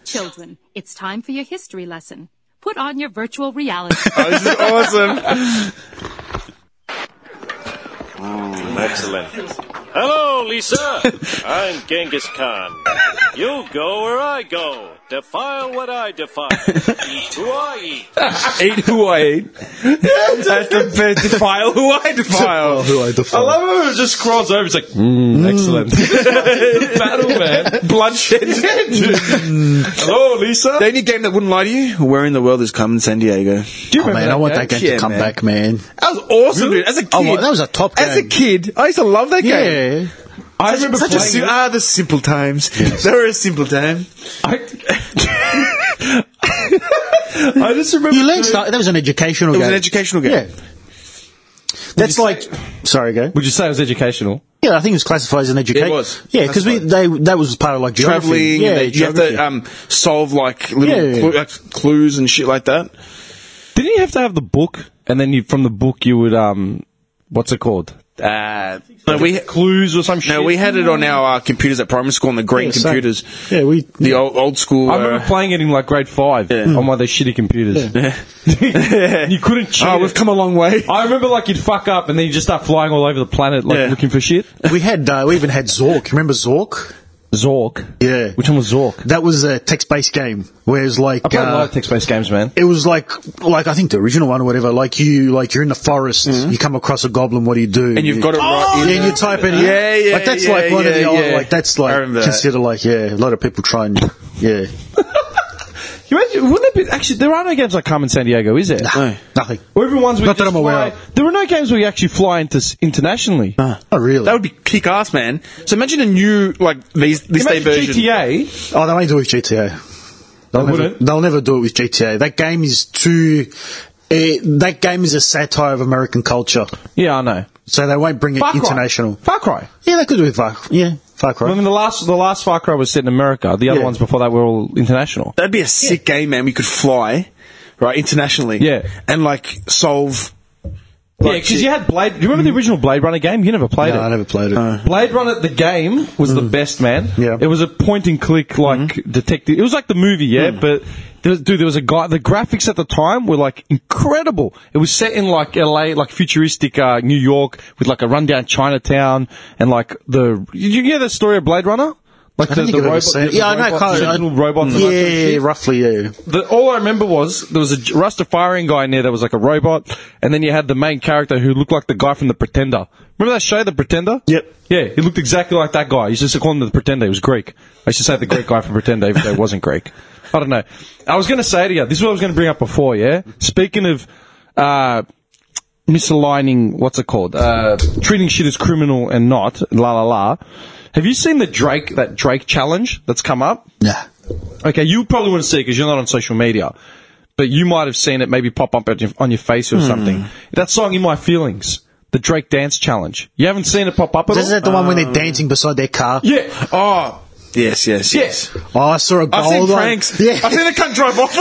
S8: Children, it's time for your history lesson. Put on your virtual reality.
S7: Oh, this is awesome.
S9: Excellent. Hello, Lisa. I'm Genghis Khan. You go where I go. Defile what I defile. Eat who I eat.
S7: Eat who I eat. That's the best. Defile who I defile.
S2: Who I defy.
S6: love it. It just crawls over. It's like,
S2: Mm.
S6: excellent. Battle, man.
S7: Bloodshed.
S2: Mm.
S6: Hello, Lisa.
S7: The only game that wouldn't lie to you, Where in the World is Carmen San Diego.
S6: Do you
S2: Oh, man, I want that game
S7: Yeah,
S2: to come
S7: man.
S2: back, man.
S7: That was awesome,
S6: Really?
S7: dude. As a kid,
S2: Oh, that was a top
S7: As a
S2: game.
S7: kid, I used to love that game.
S2: Yeah.
S6: I remember
S7: Such a
S6: playing
S7: sim-
S6: it.
S7: ah, the simple times. They were a simple time.
S6: I, I just remember.
S2: You learned stuff. That was an educational
S7: It was
S2: game.
S7: an educational game.
S2: yeah. That's
S6: you
S2: like, sorry, go.
S6: Would you say it was educational?
S2: Yeah, I think it was classified as an education.
S7: was.
S2: Yeah, because we, they, that was part of like geography.
S7: Traveling,
S2: Yeah,
S7: and they, you have
S2: geography.
S7: to um, solve like little
S2: Yeah.
S7: clu- like, clues and shit like that.
S6: Didn't you have to have the book, and then you from the book you would um, what's it called?
S7: Uh, no, we
S6: Clues or some shit.
S7: no, we had it on our uh, computers at primary school on the green
S2: Yeah, same.
S7: computers,
S2: Yeah, we,
S7: the old, old school.
S6: I
S7: Uh,
S6: remember playing it in like grade five on one of those shitty computers. you couldn't cheat.
S7: oh,
S6: it.
S7: we've come a long way.
S6: I remember like you'd fuck up and then you just start flying all over the planet like
S7: Yeah.
S2: um,
S6: looking for shit.
S2: we had, uh, we even had Zork. Remember Zork?
S6: Zork.
S2: Yeah.
S6: Which one was Zork?
S2: That was a text-based game, whereas like
S6: I played a
S2: uh,
S6: lot of text-based games, man.
S2: it was like like I think the original one or whatever. Like you like you're in the forest, you come across a goblin. What do you do?
S7: And you've got it
S6: Oh!
S7: right
S2: Oh, Yeah,
S7: in
S2: and you type it in.
S7: Yeah, yeah,
S2: Like that's
S7: yeah,
S2: like one of the
S7: yeah,
S2: old,
S7: yeah.
S2: like that's
S7: I
S2: like
S7: remember that.
S2: consider like yeah, a lot of people try and yeah,
S6: You imagine, wouldn't it be, actually, there are no games like Carmen San Diego, is there?
S2: no, nothing.
S6: Or even ones we
S2: Not that
S6: just
S2: I'm aware
S6: fly- There are no games where you actually fly into, internationally.
S2: Uh, not really.
S7: That would be kick ass, man. So imagine a new like these this day
S6: Imagine
S7: version.
S6: GTA.
S2: oh, they won't do it with GTA. They'll never,
S6: wouldn't?
S2: they'll never do it with GTA. That game is too. eh, that game is a satire of American culture,
S6: Yeah, I know.
S2: so they won't bring it
S6: Far Cry.
S2: international.
S6: Far Cry.
S2: Yeah, they could do it with Far. Yeah, Far Cry.
S6: I mean, the last the last Far Cry was set in America. The other
S2: Yeah.
S6: ones before that were all international.
S7: That'd be a sick game, man. We could fly, right, internationally.
S6: Yeah.
S7: and like solve.
S6: yeah, because you had Blade. Do you remember the original Blade Runner game? You never played
S2: no, I
S6: it.
S2: never played it.
S6: Blade Runner, the game was the best, man.
S2: Yeah. Mm-hmm.
S6: it was a point and click like detective. It was like the movie, yeah.
S2: Mm.
S6: But there was, dude, there was a guy. The graphics at the time were like incredible. It was set in like L.A., like futuristic uh, New York, with like a rundown Chinatown and like the. Did you hear the story of Blade Runner? Like
S2: I don't think I've ever seen it. Yeah, I know.
S6: robot-
S2: kind
S6: the
S2: of-
S6: little robots.
S2: Yeah,
S6: and that sort of
S2: yeah,
S6: shit.
S2: yeah, roughly. Yeah.
S6: The, all I remember was there was a j- Rastafarian guy in there that was like a robot, and then you had the main character who looked like the guy from The Pretender. Remember that show, The Pretender?
S2: Yep.
S6: Yeah, he looked exactly like that guy. You used to call him The Pretender. He was Greek. I used to say the Greek guy from Pretender, even though he wasn't Greek. I don't know. I was going to say to you, this is what I was going to bring up before, yeah? Speaking of uh, misaligning, what's it called? Uh, treating shit as criminal and not, la la la. Have you seen the Drake, that Drake challenge that's come up?
S2: Nah.
S6: Okay, you probably wouldn't see it because you're not on social media, but you might have seen it maybe pop up at your, on your face or
S2: Hmm.
S6: something. That song, In My Feelings, the Drake Dance Challenge. You haven't seen it pop up at
S2: Isn't
S6: all? Uh,
S2: that the one when they're dancing beside their car?
S6: yeah.
S7: Oh, yes, yes, yes.
S6: Yes.
S2: Oh, I saw a gold
S7: I've seen
S2: one.
S7: pranks.
S2: Yeah.
S7: I've seen the cunt drive off.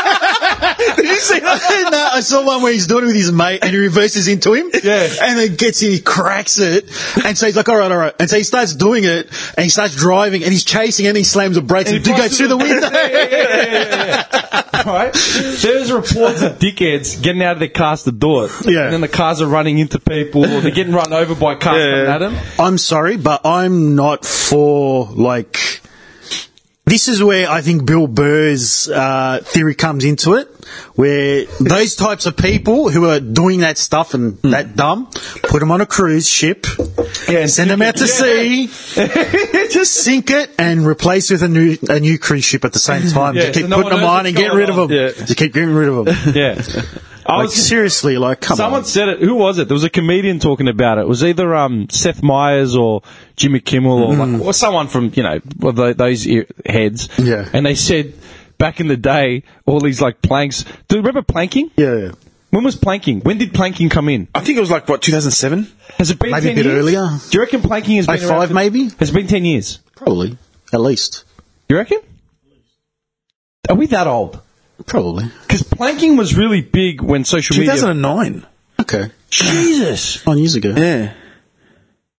S7: Did you see that?
S2: no, I saw one where he's doing it with his mate and he reverses into him.
S6: Yeah.
S2: And then gets in, he cracks it. And so he's like, all right, all right. And so he starts doing it and he starts driving and he's chasing and he slams the brakes and,
S6: he
S2: do go
S6: busts
S2: through the window.
S6: yeah, yeah, yeah, yeah, yeah, yeah. Right? There's reports of dickheads getting out of their cars to do it.
S2: Yeah.
S6: And then the cars are running into people or they're getting run over by cars coming at them.
S2: I'm sorry, but I'm not for like. This is where I think Bill Burr's uh, theory comes into it, where those types of people who are doing that stuff and
S6: Hmm.
S2: that dumb, put them on a cruise ship, send them out to sea, just sink it and replace with a new a new cruise ship at the same time.
S6: Yeah,
S2: just keep
S6: so no
S2: putting them
S6: one knows
S2: on and
S6: what's
S2: getting
S6: going
S2: rid of
S6: on.
S2: them.
S6: Yeah.
S2: Just keep getting rid of them.
S6: Yeah. I
S2: Like,
S6: was
S2: seriously, like come
S6: Someone
S2: on.
S6: said it. Who was it? There was a comedian talking about it. It was either um, Seth Meyers or Jimmy Kimmel
S2: Mm.
S6: or, like, or someone from, you know, well, tho- those ear- heads.
S2: Yeah.
S6: And they said back in the day, all these like planks. Do you remember planking?
S2: Yeah,
S6: When was planking? When did planking come in?
S7: I think it was like what 2007.
S6: Has it been
S2: Maybe a
S6: 10
S2: bit
S6: years?
S2: earlier.
S6: Do you reckon planking has been around
S2: 05
S6: for-
S2: maybe?
S6: Has it been 10 years?
S2: probably at least,
S6: You reckon? Are we that old?
S2: probably.
S6: Because planking was really big when social media.
S7: 2009.
S2: Okay,
S6: Jesus!
S2: nine years ago.
S7: Yeah.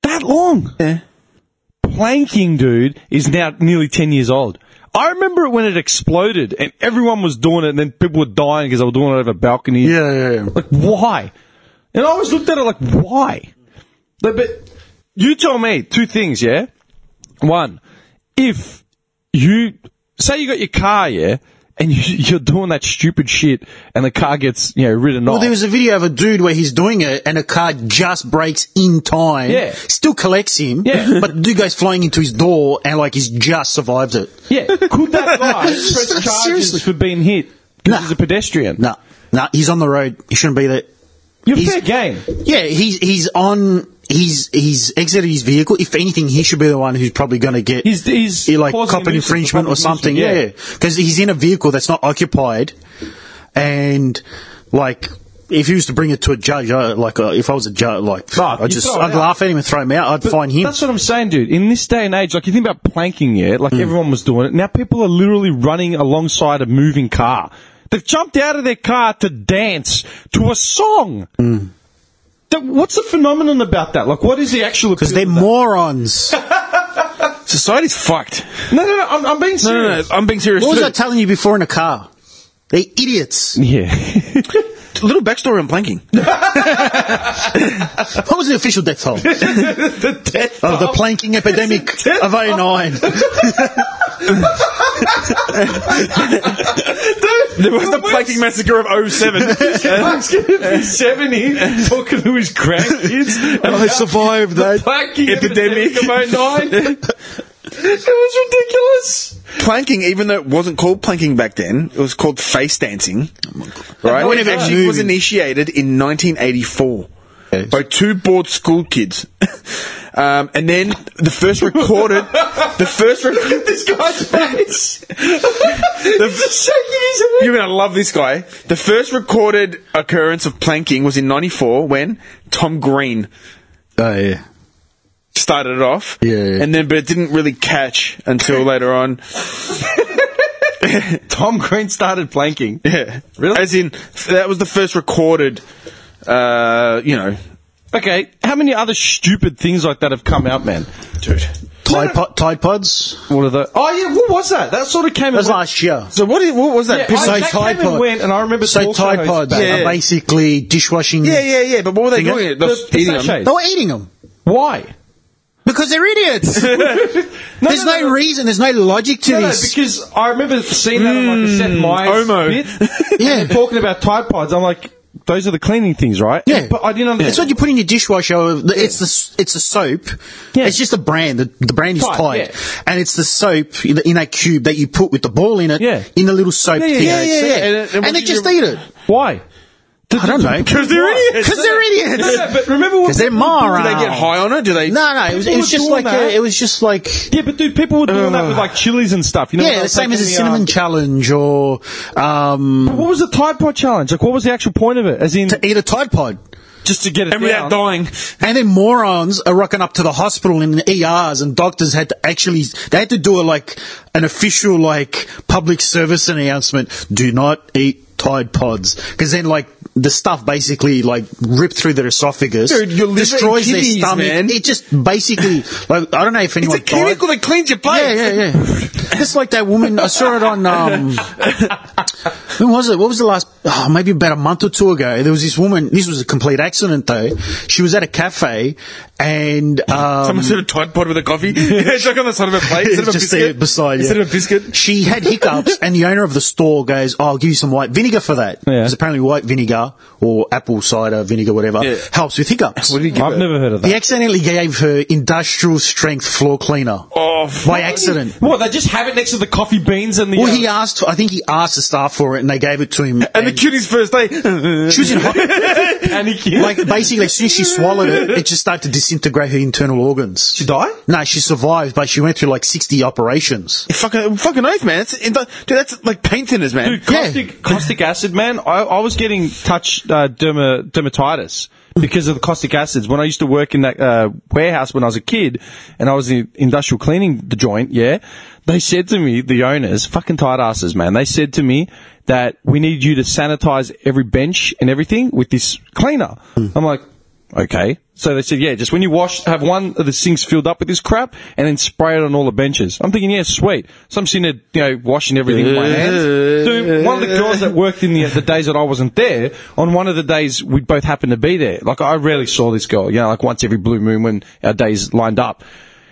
S6: That long?
S7: Yeah.
S6: planking, dude, is now nearly 10 years old. I remember it when it exploded and everyone was doing it and then people were dying because they were doing it over balconies.
S2: Yeah, yeah, yeah.
S6: Like, why? And I always looked at it like, why? But, but you tell me two things, yeah? One, if you say you got your car, yeah, and you, you're doing that stupid shit and the car gets, you know, ridden
S2: Well,
S6: off.
S2: there was a video of a dude where he's doing it, and a car just breaks in time.
S6: Yeah.
S2: Still collects him.
S6: Yeah.
S2: But the dude goes flying into his door, and like he's just survived it.
S6: yeah, could that guy press charges
S2: Seriously.
S6: for being hit? Because
S2: Nah.
S6: he's a pedestrian.
S2: No, no, he's on the road. He shouldn't be there.
S6: You're
S2: He's-
S6: fair game.
S2: Yeah, he's he's on. He's he's exited his vehicle. If anything, he should be the one who's probably going to get
S6: He's- he's
S2: he, like
S6: causing
S2: copyright
S6: nuisance for
S2: infringement or
S6: public
S2: something.
S6: nuisance,
S2: Yeah,
S6: yeah.
S2: because he's in a vehicle that's not occupied, and like. If he was to bring it to a judge, I, like uh, if I was a judge, like
S6: Nah,
S2: I'd
S6: you
S2: just
S6: throw it
S2: I'd
S6: out.
S2: laugh at him and throw him out. I'd
S6: But
S2: find him.
S6: That's what I'm saying, dude. In this day and age, like you think about planking, yeah,
S2: Mm.
S6: like everyone was doing it. Now people are literally running alongside a moving car. They've jumped out of their car to dance to a song.
S2: Mm.
S6: That- what's the phenomenon about that? Like, what is the actual?
S2: Because they're morons. what
S7: Society's fucked.
S6: no, no, no. I'm, I'm being
S7: No, no, no.
S6: serious.
S7: I'm being serious.
S2: was
S7: too.
S2: I telling you before in a car? They're idiots.
S6: Yeah.
S7: little backstory on planking.
S2: What was the official death toll? of the planking epidemic of 09.
S7: there was the planking massacre of 07.
S6: Mark's going to be 70 talking to his grandkids about
S2: I survived
S6: the
S2: that.
S6: planking
S7: epidemic.
S6: epidemic, of 09. it was ridiculous.
S7: planking, even though it wasn't called planking back then, it was called face dancing.
S6: Oh
S7: Right?
S2: No one
S7: it
S2: ever
S7: actually
S2: knew.
S7: was initiated in 1984 by two bored school kids. Um, and then the first recorded, the first recorded,
S6: This guy's face. Just shaking his head.
S7: you're gonna love this guy. The first recorded occurrence of planking was in '94 when Tom Green
S2: Oh, yeah.
S7: started it off.
S2: Yeah, yeah.
S7: And then, but it didn't really catch until later on.
S6: Tom Green started planking.
S7: Yeah.
S6: Really?
S7: As in, that was the first recorded, uh, you know.
S6: Okay, how many other stupid things like that have come out, man?
S7: Dude.
S2: Tide, po- Tide Pods?
S6: What are the? Oh yeah, what was that? That sort of came.
S2: That was
S6: and went-
S2: last year.
S7: So what, is, what was
S6: Yeah,
S7: that?
S6: I-
S7: piss-
S2: Say
S6: that
S2: Tide
S6: came and
S2: Pod.
S6: went, and I remember
S2: Say
S6: talk shows
S2: Tide Pods
S6: back-
S2: are basically dishwashing.
S7: yeah, yeah, yeah. But what were
S2: Thing
S7: they doing?
S2: it-
S7: They were
S6: the
S7: eating them.
S6: sachets.
S2: They were eating them.
S6: Why?
S2: Because they're idiots. there's no,
S6: no, no.
S2: reason. There's no logic to
S6: No, no,
S2: this. Mm.
S6: because I remember seeing that on like a Seth Meyers
S7: Omo.
S6: bit,
S2: Yeah.
S6: and talking about Tide Pods. I'm like, those are the cleaning things, right?
S2: yeah,
S6: but I didn't understand.
S2: It's what you put in your dishwasher. The- It's the s- it's a soap.
S6: Yeah.
S2: It's just a brand. The, the brand is
S6: Tide,
S2: Tide,
S6: yeah.
S2: and it's the soap in, the, in that cube that you put with the ball in it.
S6: Yeah.
S2: in the little soap
S6: Yeah, yeah,
S2: thing.
S6: yeah,
S2: that's
S7: yeah, yeah.
S2: there.
S7: And
S2: And,
S7: it- and what
S2: they
S7: did
S2: just
S7: you-
S2: eat it.
S6: Why?
S2: I don't know.
S7: Because they're idiots.
S2: Because they're
S6: No,
S2: idiots.
S6: no, but remember what
S2: 'Cause they're
S6: people were doing-
S2: morons.
S7: Do they get high on it? Do they?
S2: No, no. It was, it
S6: People
S2: was
S6: were
S2: just
S6: doing
S2: like
S6: that.
S2: a, it was just like
S6: Yeah, but dude, people were doing that with like chilies and stuff. You know,
S2: yeah, the same as a cinnamon challenge or um,
S6: uh, What was the Tide Pod challenge? Like, what was the actual point of it? As in,
S2: to eat a Tide Pod.
S6: just to get it
S7: And without
S6: down.
S7: dying.
S2: And then morons are rocking up to the hospital in the ERs and doctors had to actually, they had to do a like, an official like public service announcement. Do not eat Tide Pods. Cause then like, the stuff basically like ripped through their esophagus,
S7: Dude, you're living
S2: destroys
S7: kidneys,
S2: their stomach.
S7: man.
S2: It just basically, like, I don't know if
S7: It's
S2: anyone
S7: a chemical
S2: died.
S7: that cleans your plate.
S2: Yeah, yeah, yeah. It's like that woman. I saw it on. Um, when was it? What was the last? Oh, maybe about a month or two ago. There was this woman. This was a complete accident, though. She was at a cafe, and um,
S7: Someone said a Tide Pod with a coffee. it's like on the side of a plate instead of a
S2: just see
S7: biscuit.
S2: it beside
S7: Instead
S2: you.
S7: of a biscuit.
S2: She had hiccups, and the owner of the store goes, oh, "I'll give you some white vinegar for that."
S6: Yeah.
S2: Because apparently, white vinegar or apple cider vinegar, whatever,
S7: Yeah.
S2: helps with hiccups.
S7: What did he give
S6: I've
S7: her?
S6: never heard of that.
S2: He accidentally gave her industrial strength floor cleaner
S7: Oh,
S2: by accident.
S6: What? They just have it next to the coffee beans and the.
S2: Well,
S6: uh,
S2: he asked. I think he asked the staff for it, and they gave it to him.
S7: And the cuties first eh? day.
S2: she was in ho-
S6: and he
S2: like basically as soon as she swallowed it, it just started to disintegrate her internal organs.
S6: She die?
S2: no, she survived, but she went through like sixty operations.
S7: fucking, fucking oath, man. It's, it, dude, that's like paint thinners, man.
S6: Dude, caustic, caustic acid, man. I, I was getting touch uh, derma, dermatitis because of the caustic acids. When I used to work in that uh, warehouse when I was a kid, and I was in industrial cleaning the joint, yeah, they said to me, the owners, fucking tight asses, man. They said to me that we need you to sanitize every bench and everything with this cleaner. I'm like. Okay. So they said, yeah, just when you wash, have one of the sinks filled up with this crap and then spray it on all the benches. I'm thinking, yeah, sweet. So I'm sitting there, you know, washing everything with my hands. Dude, one of the girls that worked in the, the days that I wasn't there, on one of the days we both happened to be there. Like, I rarely saw this girl, you know, like once every blue moon when our days lined up.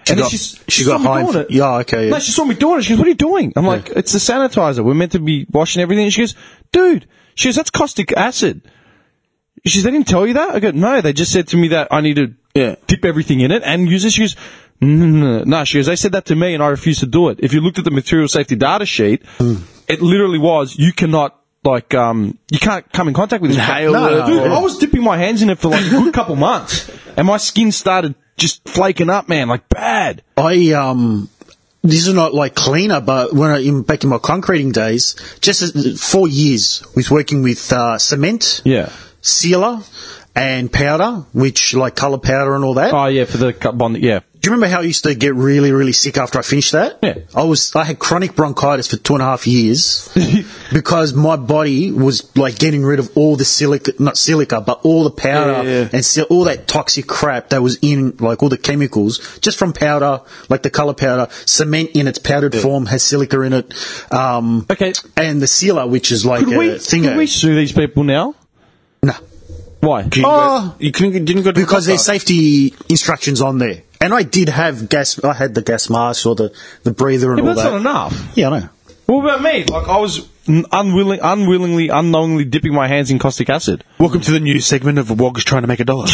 S6: and
S2: got-
S6: then she,
S2: she got
S6: saw me
S2: high
S6: doing
S2: for-
S6: it.
S2: yeah, okay, yeah.
S6: No, she saw me doing it. She goes, what are you doing? I'm like, it's the sanitizer. We're meant to be washing everything. And she goes, dude, she goes, that's caustic acid. She said, they didn't tell you that? I go, no, they just said to me that I need to
S7: Yeah.
S6: dip everything in it and use it. She goes, no, no, no, no. She goes, they said that to me and I refused to do it. If you looked at the material safety data sheet,
S2: Hmm.
S6: it literally was, you cannot, like, um, you can't come in contact with this.
S7: Inhale
S6: crap."
S7: it
S6: Dude,
S7: or-
S6: I was dipping my hands in it for like a good couple months and my skin started just flaking up, man, like bad.
S2: I um. This is not like cleaner, but when I, in, back in my concreting days, just as- four years with working with uh, cement,
S6: Yeah.
S2: sealer, and powder, which like color powder and all that.
S6: Oh, yeah, for the cu- bond, yeah.
S2: Do you remember how I used to get really, really sick after I finished that?
S6: Yeah.
S2: I was I had chronic bronchitis for two and a half years because my body was like getting rid of all the silica, not silica, but all the powder
S7: Yeah, yeah, yeah.
S2: and sil- all that toxic crap that was in like all the chemicals just from powder, like the color powder, cement in its powdered form has silica in it. Um,
S6: Okay.
S2: and the sealer, which is like
S6: Could
S2: a
S6: we,
S2: thing.
S6: could we sue these people now? Why?
S7: You,
S2: Oh.
S7: got- you couldn't, didn't go to the
S2: because
S7: doctor.
S2: there's safety instructions on there. And I did have gas. I had the gas mask or the, the breather and
S6: Yeah, but
S2: all that.
S6: that's not enough.
S2: Yeah, I know.
S6: What about me? Like I was n- unwilling, unwillingly, unknowingly dipping my hands in caustic acid.
S7: Welcome to the new segment of Wog's trying to make a dollar.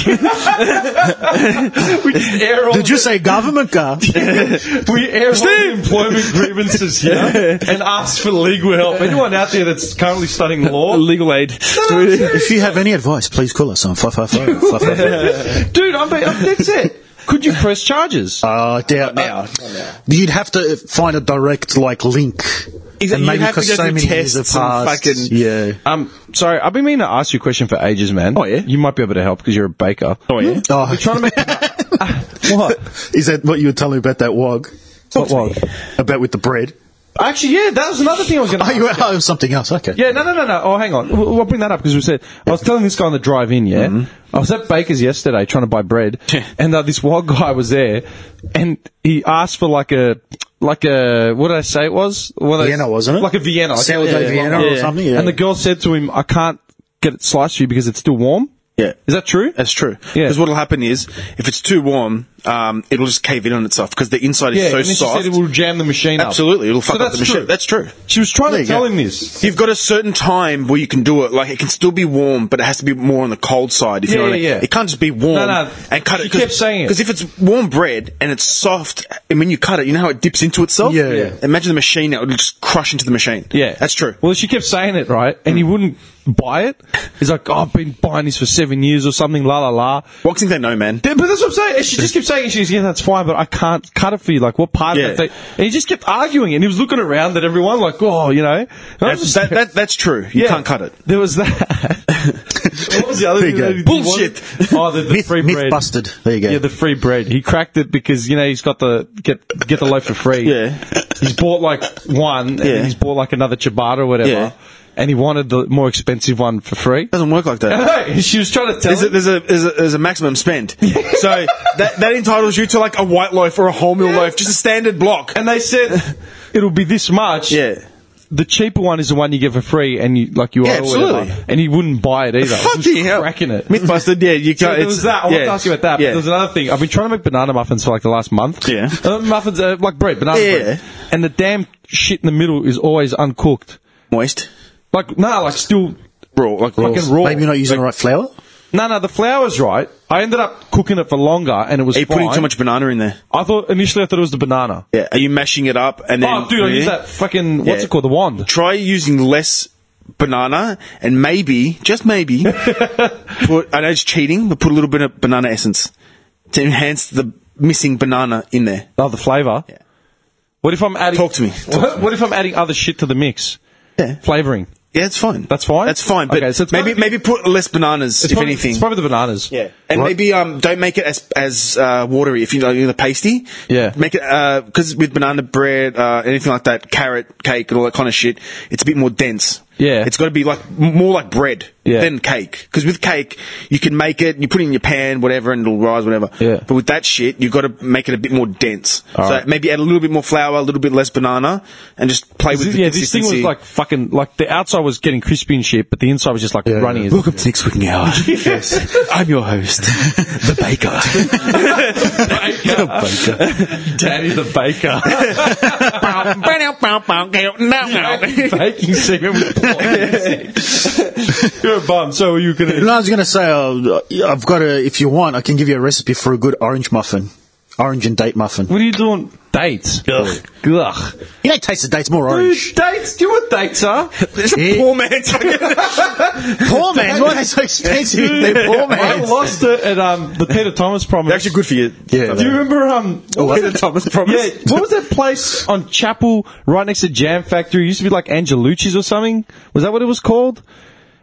S6: We just air all
S2: Did you say government car?
S6: we air all the employment grievances here and ask for legal help. Anyone out there that's currently studying law,
S7: Legal aid.
S2: if you have any advice, please call us on 555
S6: dude, I'm, being, I'm that's it. Could you press charges?
S2: Oh, I doubt now. You'd have to find a direct like link. And
S7: Exactly, you'd
S2: maybe
S7: have to
S2: because
S7: go
S2: so
S7: through
S2: many years have
S7: tests and
S2: passed.
S7: fucking-
S2: yeah.
S6: Um, sorry, I've been meaning to ask you a question for ages, man.
S7: Oh, yeah?
S6: You might be able to help because you're a baker. Oh yeah.
S2: Oh.
S6: We're trying to make what?
S2: Is that what you were telling me about that wog?
S6: What wog?
S2: About with the bread?
S6: Actually, yeah, that was another thing I was going to.
S2: Oh, you were oh, something else. Okay.
S6: Yeah, no, no, no, no. Oh, hang on. We'll, we'll bring that up because we said I was telling this guy on the drive-in. Yeah,
S2: Mm-hmm.
S6: I was at Baker's yesterday trying to buy bread, and uh, this wild guy was there, and he asked for like a. Like a what did I say it was? What did I-
S2: Vienna, wasn't it?
S6: Like a Vienna, like
S2: Sourdough Vienna or something, yeah.
S6: And the girl said to him, "I can't get it sliced for you because it's still warm."
S7: Yeah.
S6: is that true?
S7: That's true.
S6: Yeah.
S7: Because what'll happen is, if it's too warm, um, it'll just cave in on itself because the inside
S6: yeah,
S7: is so
S6: and then she
S7: soft.
S6: said it will jam the machine up.
S7: Absolutely, it'll fuck
S6: So
S7: up the
S6: that's
S7: machine.
S6: true.
S7: That's true.
S6: She was trying
S2: There
S6: to
S2: you
S6: tell
S2: go.
S6: him this.
S7: You've got a certain time where you can do it. Like it can still be warm, but it has to be more on the cold side. If you
S6: Yeah,
S7: know what
S6: yeah,
S7: I mean.
S6: yeah.
S7: It can't just be warm
S6: No, no.
S7: and cut
S6: She
S7: it. 'cause-
S6: kept saying it.
S7: because if it's warm bread and it's soft, and when you cut it, you know how it dips into itself.
S2: Yeah. Yeah.
S7: Imagine the machine; it would just crush into the machine.
S6: Yeah,
S7: that's true. Mm.
S6: Well, she kept saying it, right? And he wouldn't buy it. He's like, oh, I've been buying this for seven years or something, la la la.
S7: Boxing, they know, man.
S6: Yeah, But that's what I'm saying. And she just kept saying, she's yeah, that's fine, but I can't cut it for you. Like, what part
S7: Yeah.
S6: of that? Thing? And he just kept arguing, and he was looking around at everyone, like, oh, you know. And I was
S7: That's,
S6: just-
S7: that, that, that's true. You
S6: yeah.
S7: can't cut it.
S6: There was that. what was the other
S2: There you
S6: thing?
S2: go.
S6: that he
S7: Bullshit.
S6: wanted? Oh, the, the
S2: Myth,
S6: free
S2: myth
S6: bread.
S2: busted. There you go.
S6: Yeah, the free bread. He cracked it because you know he's got the get get the loaf for free.
S7: Yeah.
S6: he's bought like one, and
S7: Yeah.
S6: then he's bought like another ciabatta or whatever,
S7: Yeah.
S6: and he wanted the more expensive one for free.
S7: Doesn't work like that.
S6: she was trying to tell
S7: There's a,
S6: him.
S7: there's, a, there's, a, there's a maximum spend. so that, that entitles you to like a white loaf or a wholemeal loaf, just a standard block.
S6: and they said it'll be this much.
S7: Yeah.
S6: the cheaper one is the one you get for free, and you like you
S7: Yeah,
S6: are or whatever.
S7: absolutely.
S6: and he wouldn't buy it either. He was
S7: Fucking hell.
S6: cracking it.
S7: Mythbusted, yeah, you
S6: So
S7: can't.
S6: there was that. I wanted
S7: yeah.
S6: to ask you about that. But
S7: Yeah.
S6: there was another thing. I've been trying to make banana muffins for like the last month.
S7: Yeah.
S6: Uh, muffins, uh, like bread, banana
S7: Yeah.
S6: bread. And the damn shit in the middle is always uncooked.
S7: Moist.
S6: Like, nah, like still
S7: Raw, like raw.
S6: fucking raw.
S2: Maybe you're not using the right flour.
S6: No, no, the flour's right. I ended up cooking it for longer and it was
S7: Are you
S6: fine.
S7: putting too much banana in there?
S6: I thought, initially I thought it was the banana.
S7: Yeah. Are you mashing it up and then?
S6: oh, dude, I used
S7: Yeah.
S6: that fucking, what's
S7: Yeah.
S6: it called, the wand.
S7: Try using less banana and maybe, just maybe, put. I know it's cheating, but put a little bit of banana essence to enhance the missing banana in there.
S6: Oh, the flavour.
S7: Yeah.
S6: What if I'm adding...
S7: Talk to me. Talk
S6: what, what if I'm adding other shit to the mix?
S7: Yeah.
S6: Flavouring.
S7: Yeah, it's fine.
S6: That's fine?
S7: That's fine. But
S6: Okay, so it's
S7: maybe
S6: gotta be-
S7: maybe put less bananas, if
S6: probably,
S7: anything.
S6: It's probably the bananas.
S7: Yeah, and maybe um, don't make it as as uh, watery if you like, you know the pasty.
S6: Yeah.
S7: make it because with banana bread, uh, anything like that, carrot cake and all that kind of shit, it's a bit more dense.
S6: Yeah.
S7: it's got to be like m- more like bread
S6: Yeah.
S7: than cake. Because with cake, you can make it, you put it in your pan, whatever, and it'll rise, whatever.
S6: Yeah.
S7: But with that shit, you've got to make it a bit more dense.
S6: All
S7: so
S6: right.
S7: maybe add a little bit more flour, a little bit less banana, and just play with. the
S6: yeah, this thing was
S7: consistency.
S6: like fucking like the outside was getting crispy and shit, but the inside was just like runny. as
S7: Welcome to next week hour. yes, I'm your host, the baker.
S6: Danny the Baker. Baking segment with You're a bum. So you can.
S2: No, I was going to say, uh, I've got a, if you want, I can give you a recipe for a good orange muffin. Orange and date muffin.
S6: What are you doing? Dates. Ugh. Ugh.
S2: You don't taste the dates more
S6: Dude,
S2: orange.
S6: dates. Do you know what dates are?
S7: It's a
S2: Yeah.
S7: poor man's
S2: poor man's, why are they so expensive? They're poor
S6: I
S2: man's.
S6: lost it at um, the Peter Thomas promise.
S7: They're actually good for you.
S2: Yeah,
S6: Do you remember um,
S7: Peter Thomas promise.
S6: Yeah, what was that place on Chapel right next to Jam Factory? It used to be like Angelucci's or something. Was that what it was called?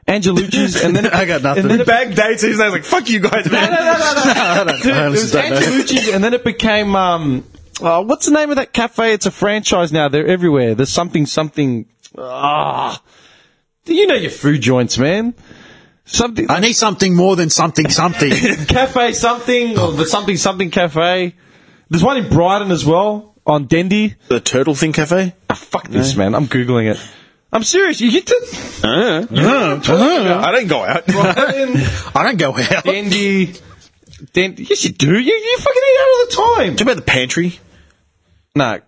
S6: Angelucci's, and then it-
S2: I got nothing.
S6: And then it,
S7: Bag dates. He's like, "Fuck you guys,
S6: no, no,
S7: man."
S6: no, no, no.
S2: I don't-
S6: Dude,
S2: I
S6: it
S2: honestly
S6: was
S2: don't know.
S6: Angelucci's, and then it became um, oh, what's the name of that cafe? It's a franchise now. They're everywhere. There's something, something. Ah, you know your food joints, man. Something
S2: I need something more than something something.
S6: cafe, something or the something, something cafe. There's one in Brighton as well on Dendy.
S7: The Turtle Thing Cafe.
S6: Ah, fuck this, man. I'm googling it. I'm serious. You get to
S7: I don't go out.
S2: I don't go out.
S6: dandy. Dandy. Yes, you do. You, you fucking eat out all the time.
S7: What about the pantry?
S6: No.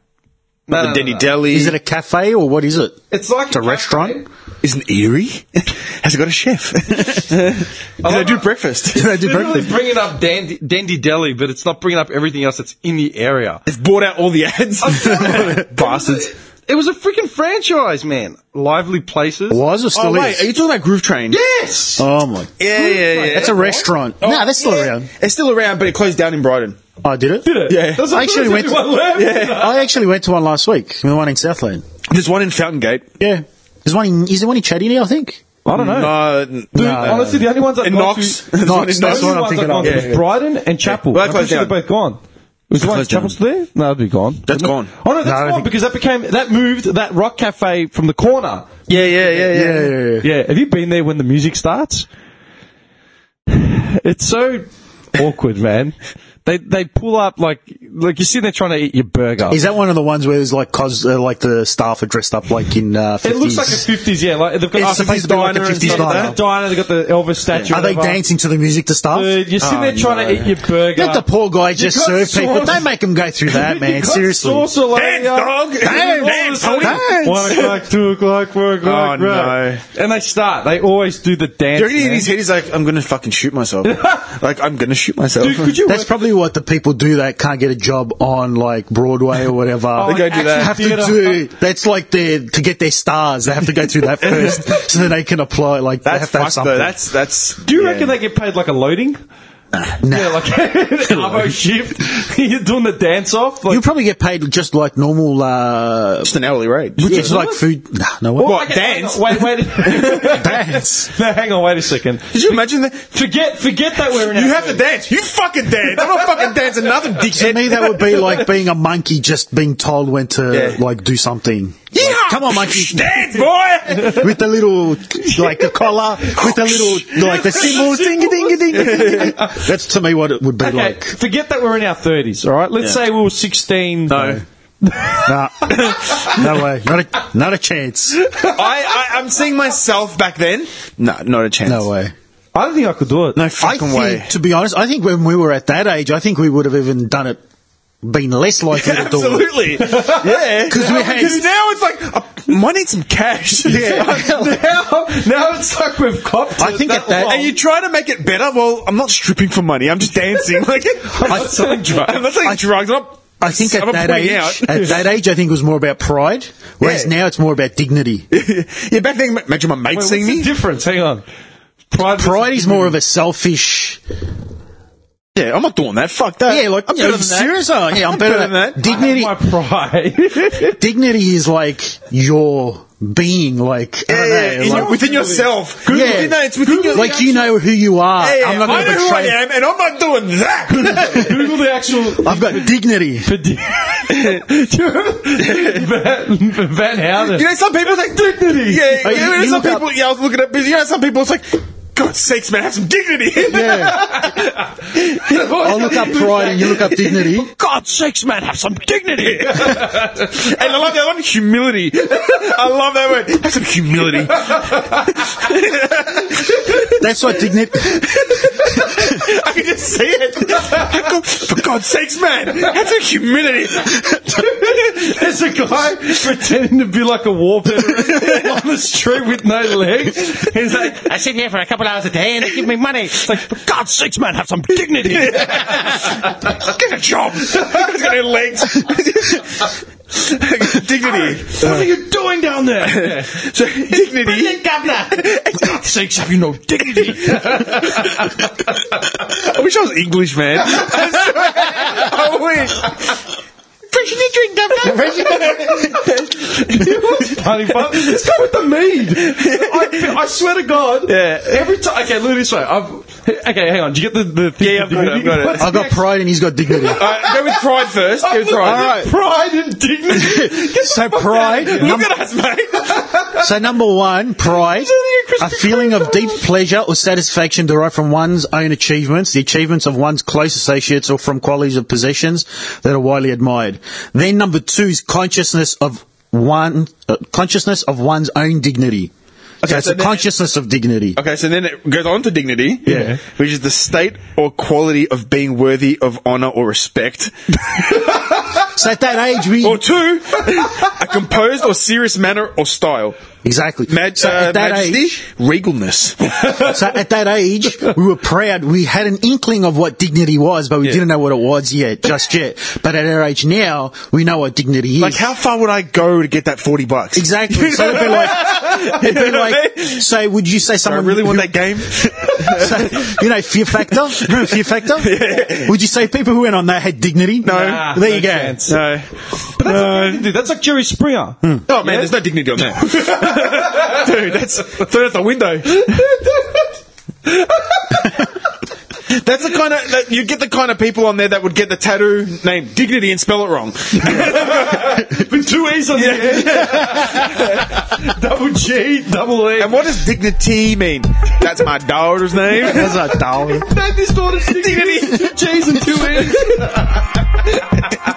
S6: No,
S7: the
S6: no,
S7: Denny
S6: no, no.
S7: Deli?
S2: Is it a cafe or what is it?
S6: It's like
S2: It's a restaurant?
S7: Isn't Erie? Has it got a chef? Do they do breakfast?
S2: Do they do
S6: It's really
S2: breakfast?
S6: bringing up Dandy, Dandy Deli, but it's not bringing up everything else that's in the area.
S7: They've bought out all the ads.
S2: Oh,
S6: Bastards. It was a freaking franchise, man. Lively Places.
S2: Was it
S7: Oh
S2: still
S7: wait, are you
S2: is?
S7: talking about Groove Train?
S6: Yes!
S2: Oh my!
S7: yeah, yeah, yeah.
S2: That's a restaurant. no, that's still
S7: Oh, Yeah.
S2: around.
S7: It's still around, but it closed down in Brighton.
S2: I did it. Did
S6: it?
S7: Yeah.
S6: That's
S2: I actually went. To,
S6: Everyone left.
S2: I actually went to one last week. The one in Southland.
S7: There's one in Fountain Gate.
S2: Yeah. There's one in. Is there one in Chatty now? I think.
S6: I don't know.
S7: Uh,
S6: Dude,
S2: No, no,
S6: honestly, the only ones I've
S7: in
S6: gone
S7: Knox.
S6: to...
S2: Knox,
S7: Knox.
S2: that's what I'm
S6: Only
S2: thinking
S6: ones
S2: of.
S6: I've gone to
S7: Yeah,
S6: is Brighton and Chapel.
S7: Well, that
S6: I'm pretty
S7: closed
S6: sure they're
S7: down.
S6: both gone. Was the one at
S7: Closed down.
S6: Chapel still there? No, that'd be gone.
S7: That's gone.
S6: Oh no, that's
S2: No, I don't
S6: gone
S2: think-
S6: because that became that moved that rock cafe from the corner.
S7: Yeah, yeah, yeah, yeah.
S2: Yeah, yeah, yeah.
S6: Yeah, have you been there when the music starts? It's so awkward, man. They they pull up like like you're sitting there trying to eat your burger.
S2: Is that one of the ones where there's like cos uh, like the staff are dressed up like in uh, 50s?
S6: it looks like a fifties, yeah. Like they've got
S2: It's
S6: oh,
S2: supposed to be like a
S6: diner and
S2: 50s
S6: stuff like
S2: diner.
S6: that. diner. They've got the Elvis statue.
S2: Are they
S6: whatever.
S2: dancing to the music to
S7: Uh,
S2: staff?
S6: Dude, you're sitting there trying to eat your burger.
S2: Let the poor guy just
S6: got
S2: serve people.
S6: sauce.
S2: Don't make him go through that, man.
S6: Got
S2: Seriously.
S6: Saucelaya.
S7: dog.
S6: And then all of a
S7: Dance,
S6: sudden,
S7: dance.
S6: One o'clock, two o'clock, four o'clock.
S7: Oh,
S6: right. And they start. They always do the dance.
S7: Do you reckon in
S6: man.
S7: his head he's like, I'm gonna fucking shoot myself. like, I'm gonna shoot myself.
S6: Dude, could you
S2: That's
S6: work-
S2: probably what the people do that can't get a job on like Broadway or whatever.
S7: They go do that.
S2: have to do. That's like their to get their stars. They have to go through that first, so that they can apply. Like they
S7: That's
S2: have to have
S7: fucked
S2: something.
S7: though. That's, that's.
S6: Do you reckon they get paid like a loading?
S2: Nah.
S6: Yeah, like Arvo shift. You're doing the dance off. Like,
S2: You'll probably get paid just like normal, uh,
S7: Just an hourly rate.
S2: which is like food. Nah, no way.
S6: Okay, Wait, wait.
S2: Dance.
S6: no, hang on. Wait a second.
S7: Did you imagine that?
S6: Forget, forget that we're in.
S7: You
S6: our-
S7: have to dance. You fucking dance. I'm not fucking dancing nothing,
S2: To
S7: dickhead.
S2: me, that would be like being a monkey just being told when to
S7: Yeah.
S2: like do something.
S7: Yeah.
S2: Like, come on, monkey.
S7: Dance, boy.
S2: with the little like the collar, with the little like the symbols, ding ding ding ding. That's to me what it would be
S6: Okay,
S2: like.
S6: forget that we're in our thirties. All right. Let's say we were sixteen. No.
S2: Nah. no way, not a, not a chance.
S7: I, I, I'm seeing myself back then. No, not a chance.
S2: No way.
S6: I don't think I could do it.
S7: No
S2: I
S7: fucking
S2: think,
S7: way.
S2: to be honest, I think when we were at that age, I think we would have even done it, been less likely to do it.
S7: Absolutely. yeah.
S2: 'Cause we had-
S7: Because now it's like, uh, might need some cash.
S6: now, now it's like we've copped.
S2: I
S6: it
S2: think at that-
S6: long.
S7: And you try to make it better. Well, I'm not stripping for money. I'm just dancing. Like, I'm
S2: not selling drugs.
S7: I'm not selling
S2: I-
S7: drugs. I'm not,
S2: I think
S7: I'm
S2: at
S7: not
S2: that
S7: putting
S2: age,
S7: out.
S2: at that age, I think it was more about pride, whereas
S7: Yeah.
S2: now it's more about dignity.
S7: yeah, back then, imagine my mate
S6: Wait,
S7: seeing
S6: what's the
S7: me.
S6: difference? Hang on. Pride.
S2: Pride is more of a selfish.
S7: Yeah, I'm not doing that. Fuck that.
S2: Yeah, like
S7: I'm
S2: yeah,
S7: better than that.
S2: serious. oh, Yeah, I'm better than that. Dignity,
S6: My pride.
S2: dignity is like your being. Like I
S7: Yeah,
S2: don't
S7: yeah,
S2: know,
S7: in-
S2: like,
S7: within yourself. Good.
S2: Yeah.
S7: No, it's within your
S2: like you know who you are.
S7: Yeah, yeah,
S2: I'm not
S7: I
S2: going to
S7: know who I
S2: betray.
S7: am, and I'm not doing that.
S6: Google the actual
S2: I've got dignity.
S6: Van, Van Houten.
S7: you know, some people like dignity. Yeah,
S2: Oh,
S7: yeah,
S2: you-
S7: you know,
S2: you
S7: some
S2: look up-
S7: people. yeah, I was looking at. You know, some people. It's like, God sakes, man, have some dignity.
S2: Yeah, I look up pride and you look up dignity.
S7: God sakes, man, have some dignity. and I love that one, humility. I love that word. Have some humility.
S2: That's what dignity.
S7: I can just see it. How come- For God's sakes, man, have some humility.
S6: There's a guy pretending to be like a war veteran on the street with no legs. He's like, I sit here for a couple hours a day and they give me money. It's like, for God's sakes, man, have some dignity.
S7: Get a job. He's got no legs. dignity.
S6: what are you doing down there?
S7: So, dignity.
S6: For God's sakes, have you no dignity?
S7: I wish I was English, man. I wish.
S6: Honey, but let's go with the mead. I, I swear to God.
S7: Yeah.
S6: Every time. Okay, look at it this way. I've, okay, hang on. Do you get the, the thing?
S7: Yeah, I've got it, I've got it.
S2: I've got pride and he's got dignity.
S7: Alright, Uh, go with pride first. Go with pride.
S6: Pride and dignity.
S2: So pride.
S7: Look
S2: num-
S7: at us, mate.
S2: so number one, pride, a feeling of deep pleasure or satisfaction derived from one's own achievements, the achievements of one's close associates, or from qualities of possessions that are widely admired. Then number two is consciousness of one uh, consciousness of one's own dignity.
S7: Okay,
S2: so it's
S7: so
S2: a
S7: then-
S2: consciousness of dignity.
S7: Okay, so then it goes on to dignity,
S2: Yeah.
S7: which is the state or quality of being worthy of honor or respect,
S2: So at that age, we
S7: or two, a composed or serious manner or style.
S2: exactly.
S7: Mag-
S2: so
S7: uh,
S2: at that
S7: majesty,
S2: age,
S7: regalness.
S2: so at that age, we were proud. We had an inkling of what dignity was, but we didn't know what it was yet, just yet. But at our age now, we know what dignity is.
S7: like, how far would I go to get that forty bucks?
S2: Exactly. So it'd be like, it'd be
S7: You know what I
S2: like,
S7: mean?
S2: so would you say
S7: I
S2: someone
S7: really want
S2: who-
S7: that game.
S2: So, you know, Fear Factor. Remember Fear Factor? Would you say people who went on that had dignity? No.
S6: Nah,
S2: there you
S6: no
S2: go.
S6: chance. Hmm.
S7: No.
S6: But that's like dignity. That's like Jerry Springer.
S7: Oh man, there's no dignity on that, dude. That's throw it out the window. That's the kind of that you get the kind of people on there that would get the tattoo name dignity and spell it wrong.
S6: With two A's on the end. double G, double E. A.
S7: and what does dignity mean? That's my daughter's name. That's my daughter.
S6: That is not a dignity. two J's and two A's.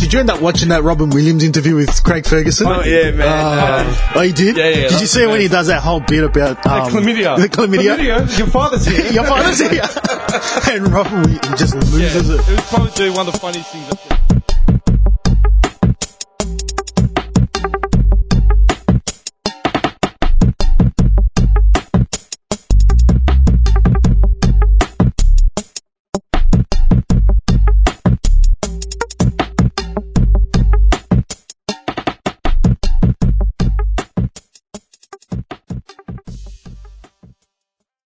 S2: Did you end up watching that Robin Williams interview with Craig Ferguson?
S7: Oh, yeah, man.
S2: Oh, oh, you did?
S6: Uh, yeah,
S2: Did you
S6: that's
S2: see when he does that whole bit about um,
S6: chlamydia.
S2: The chlamydia.
S6: Your father's here.
S2: Your father's here. and Robin Williams just
S6: Yeah.
S2: loses it.
S6: It was probably one of the funniest things I've seen.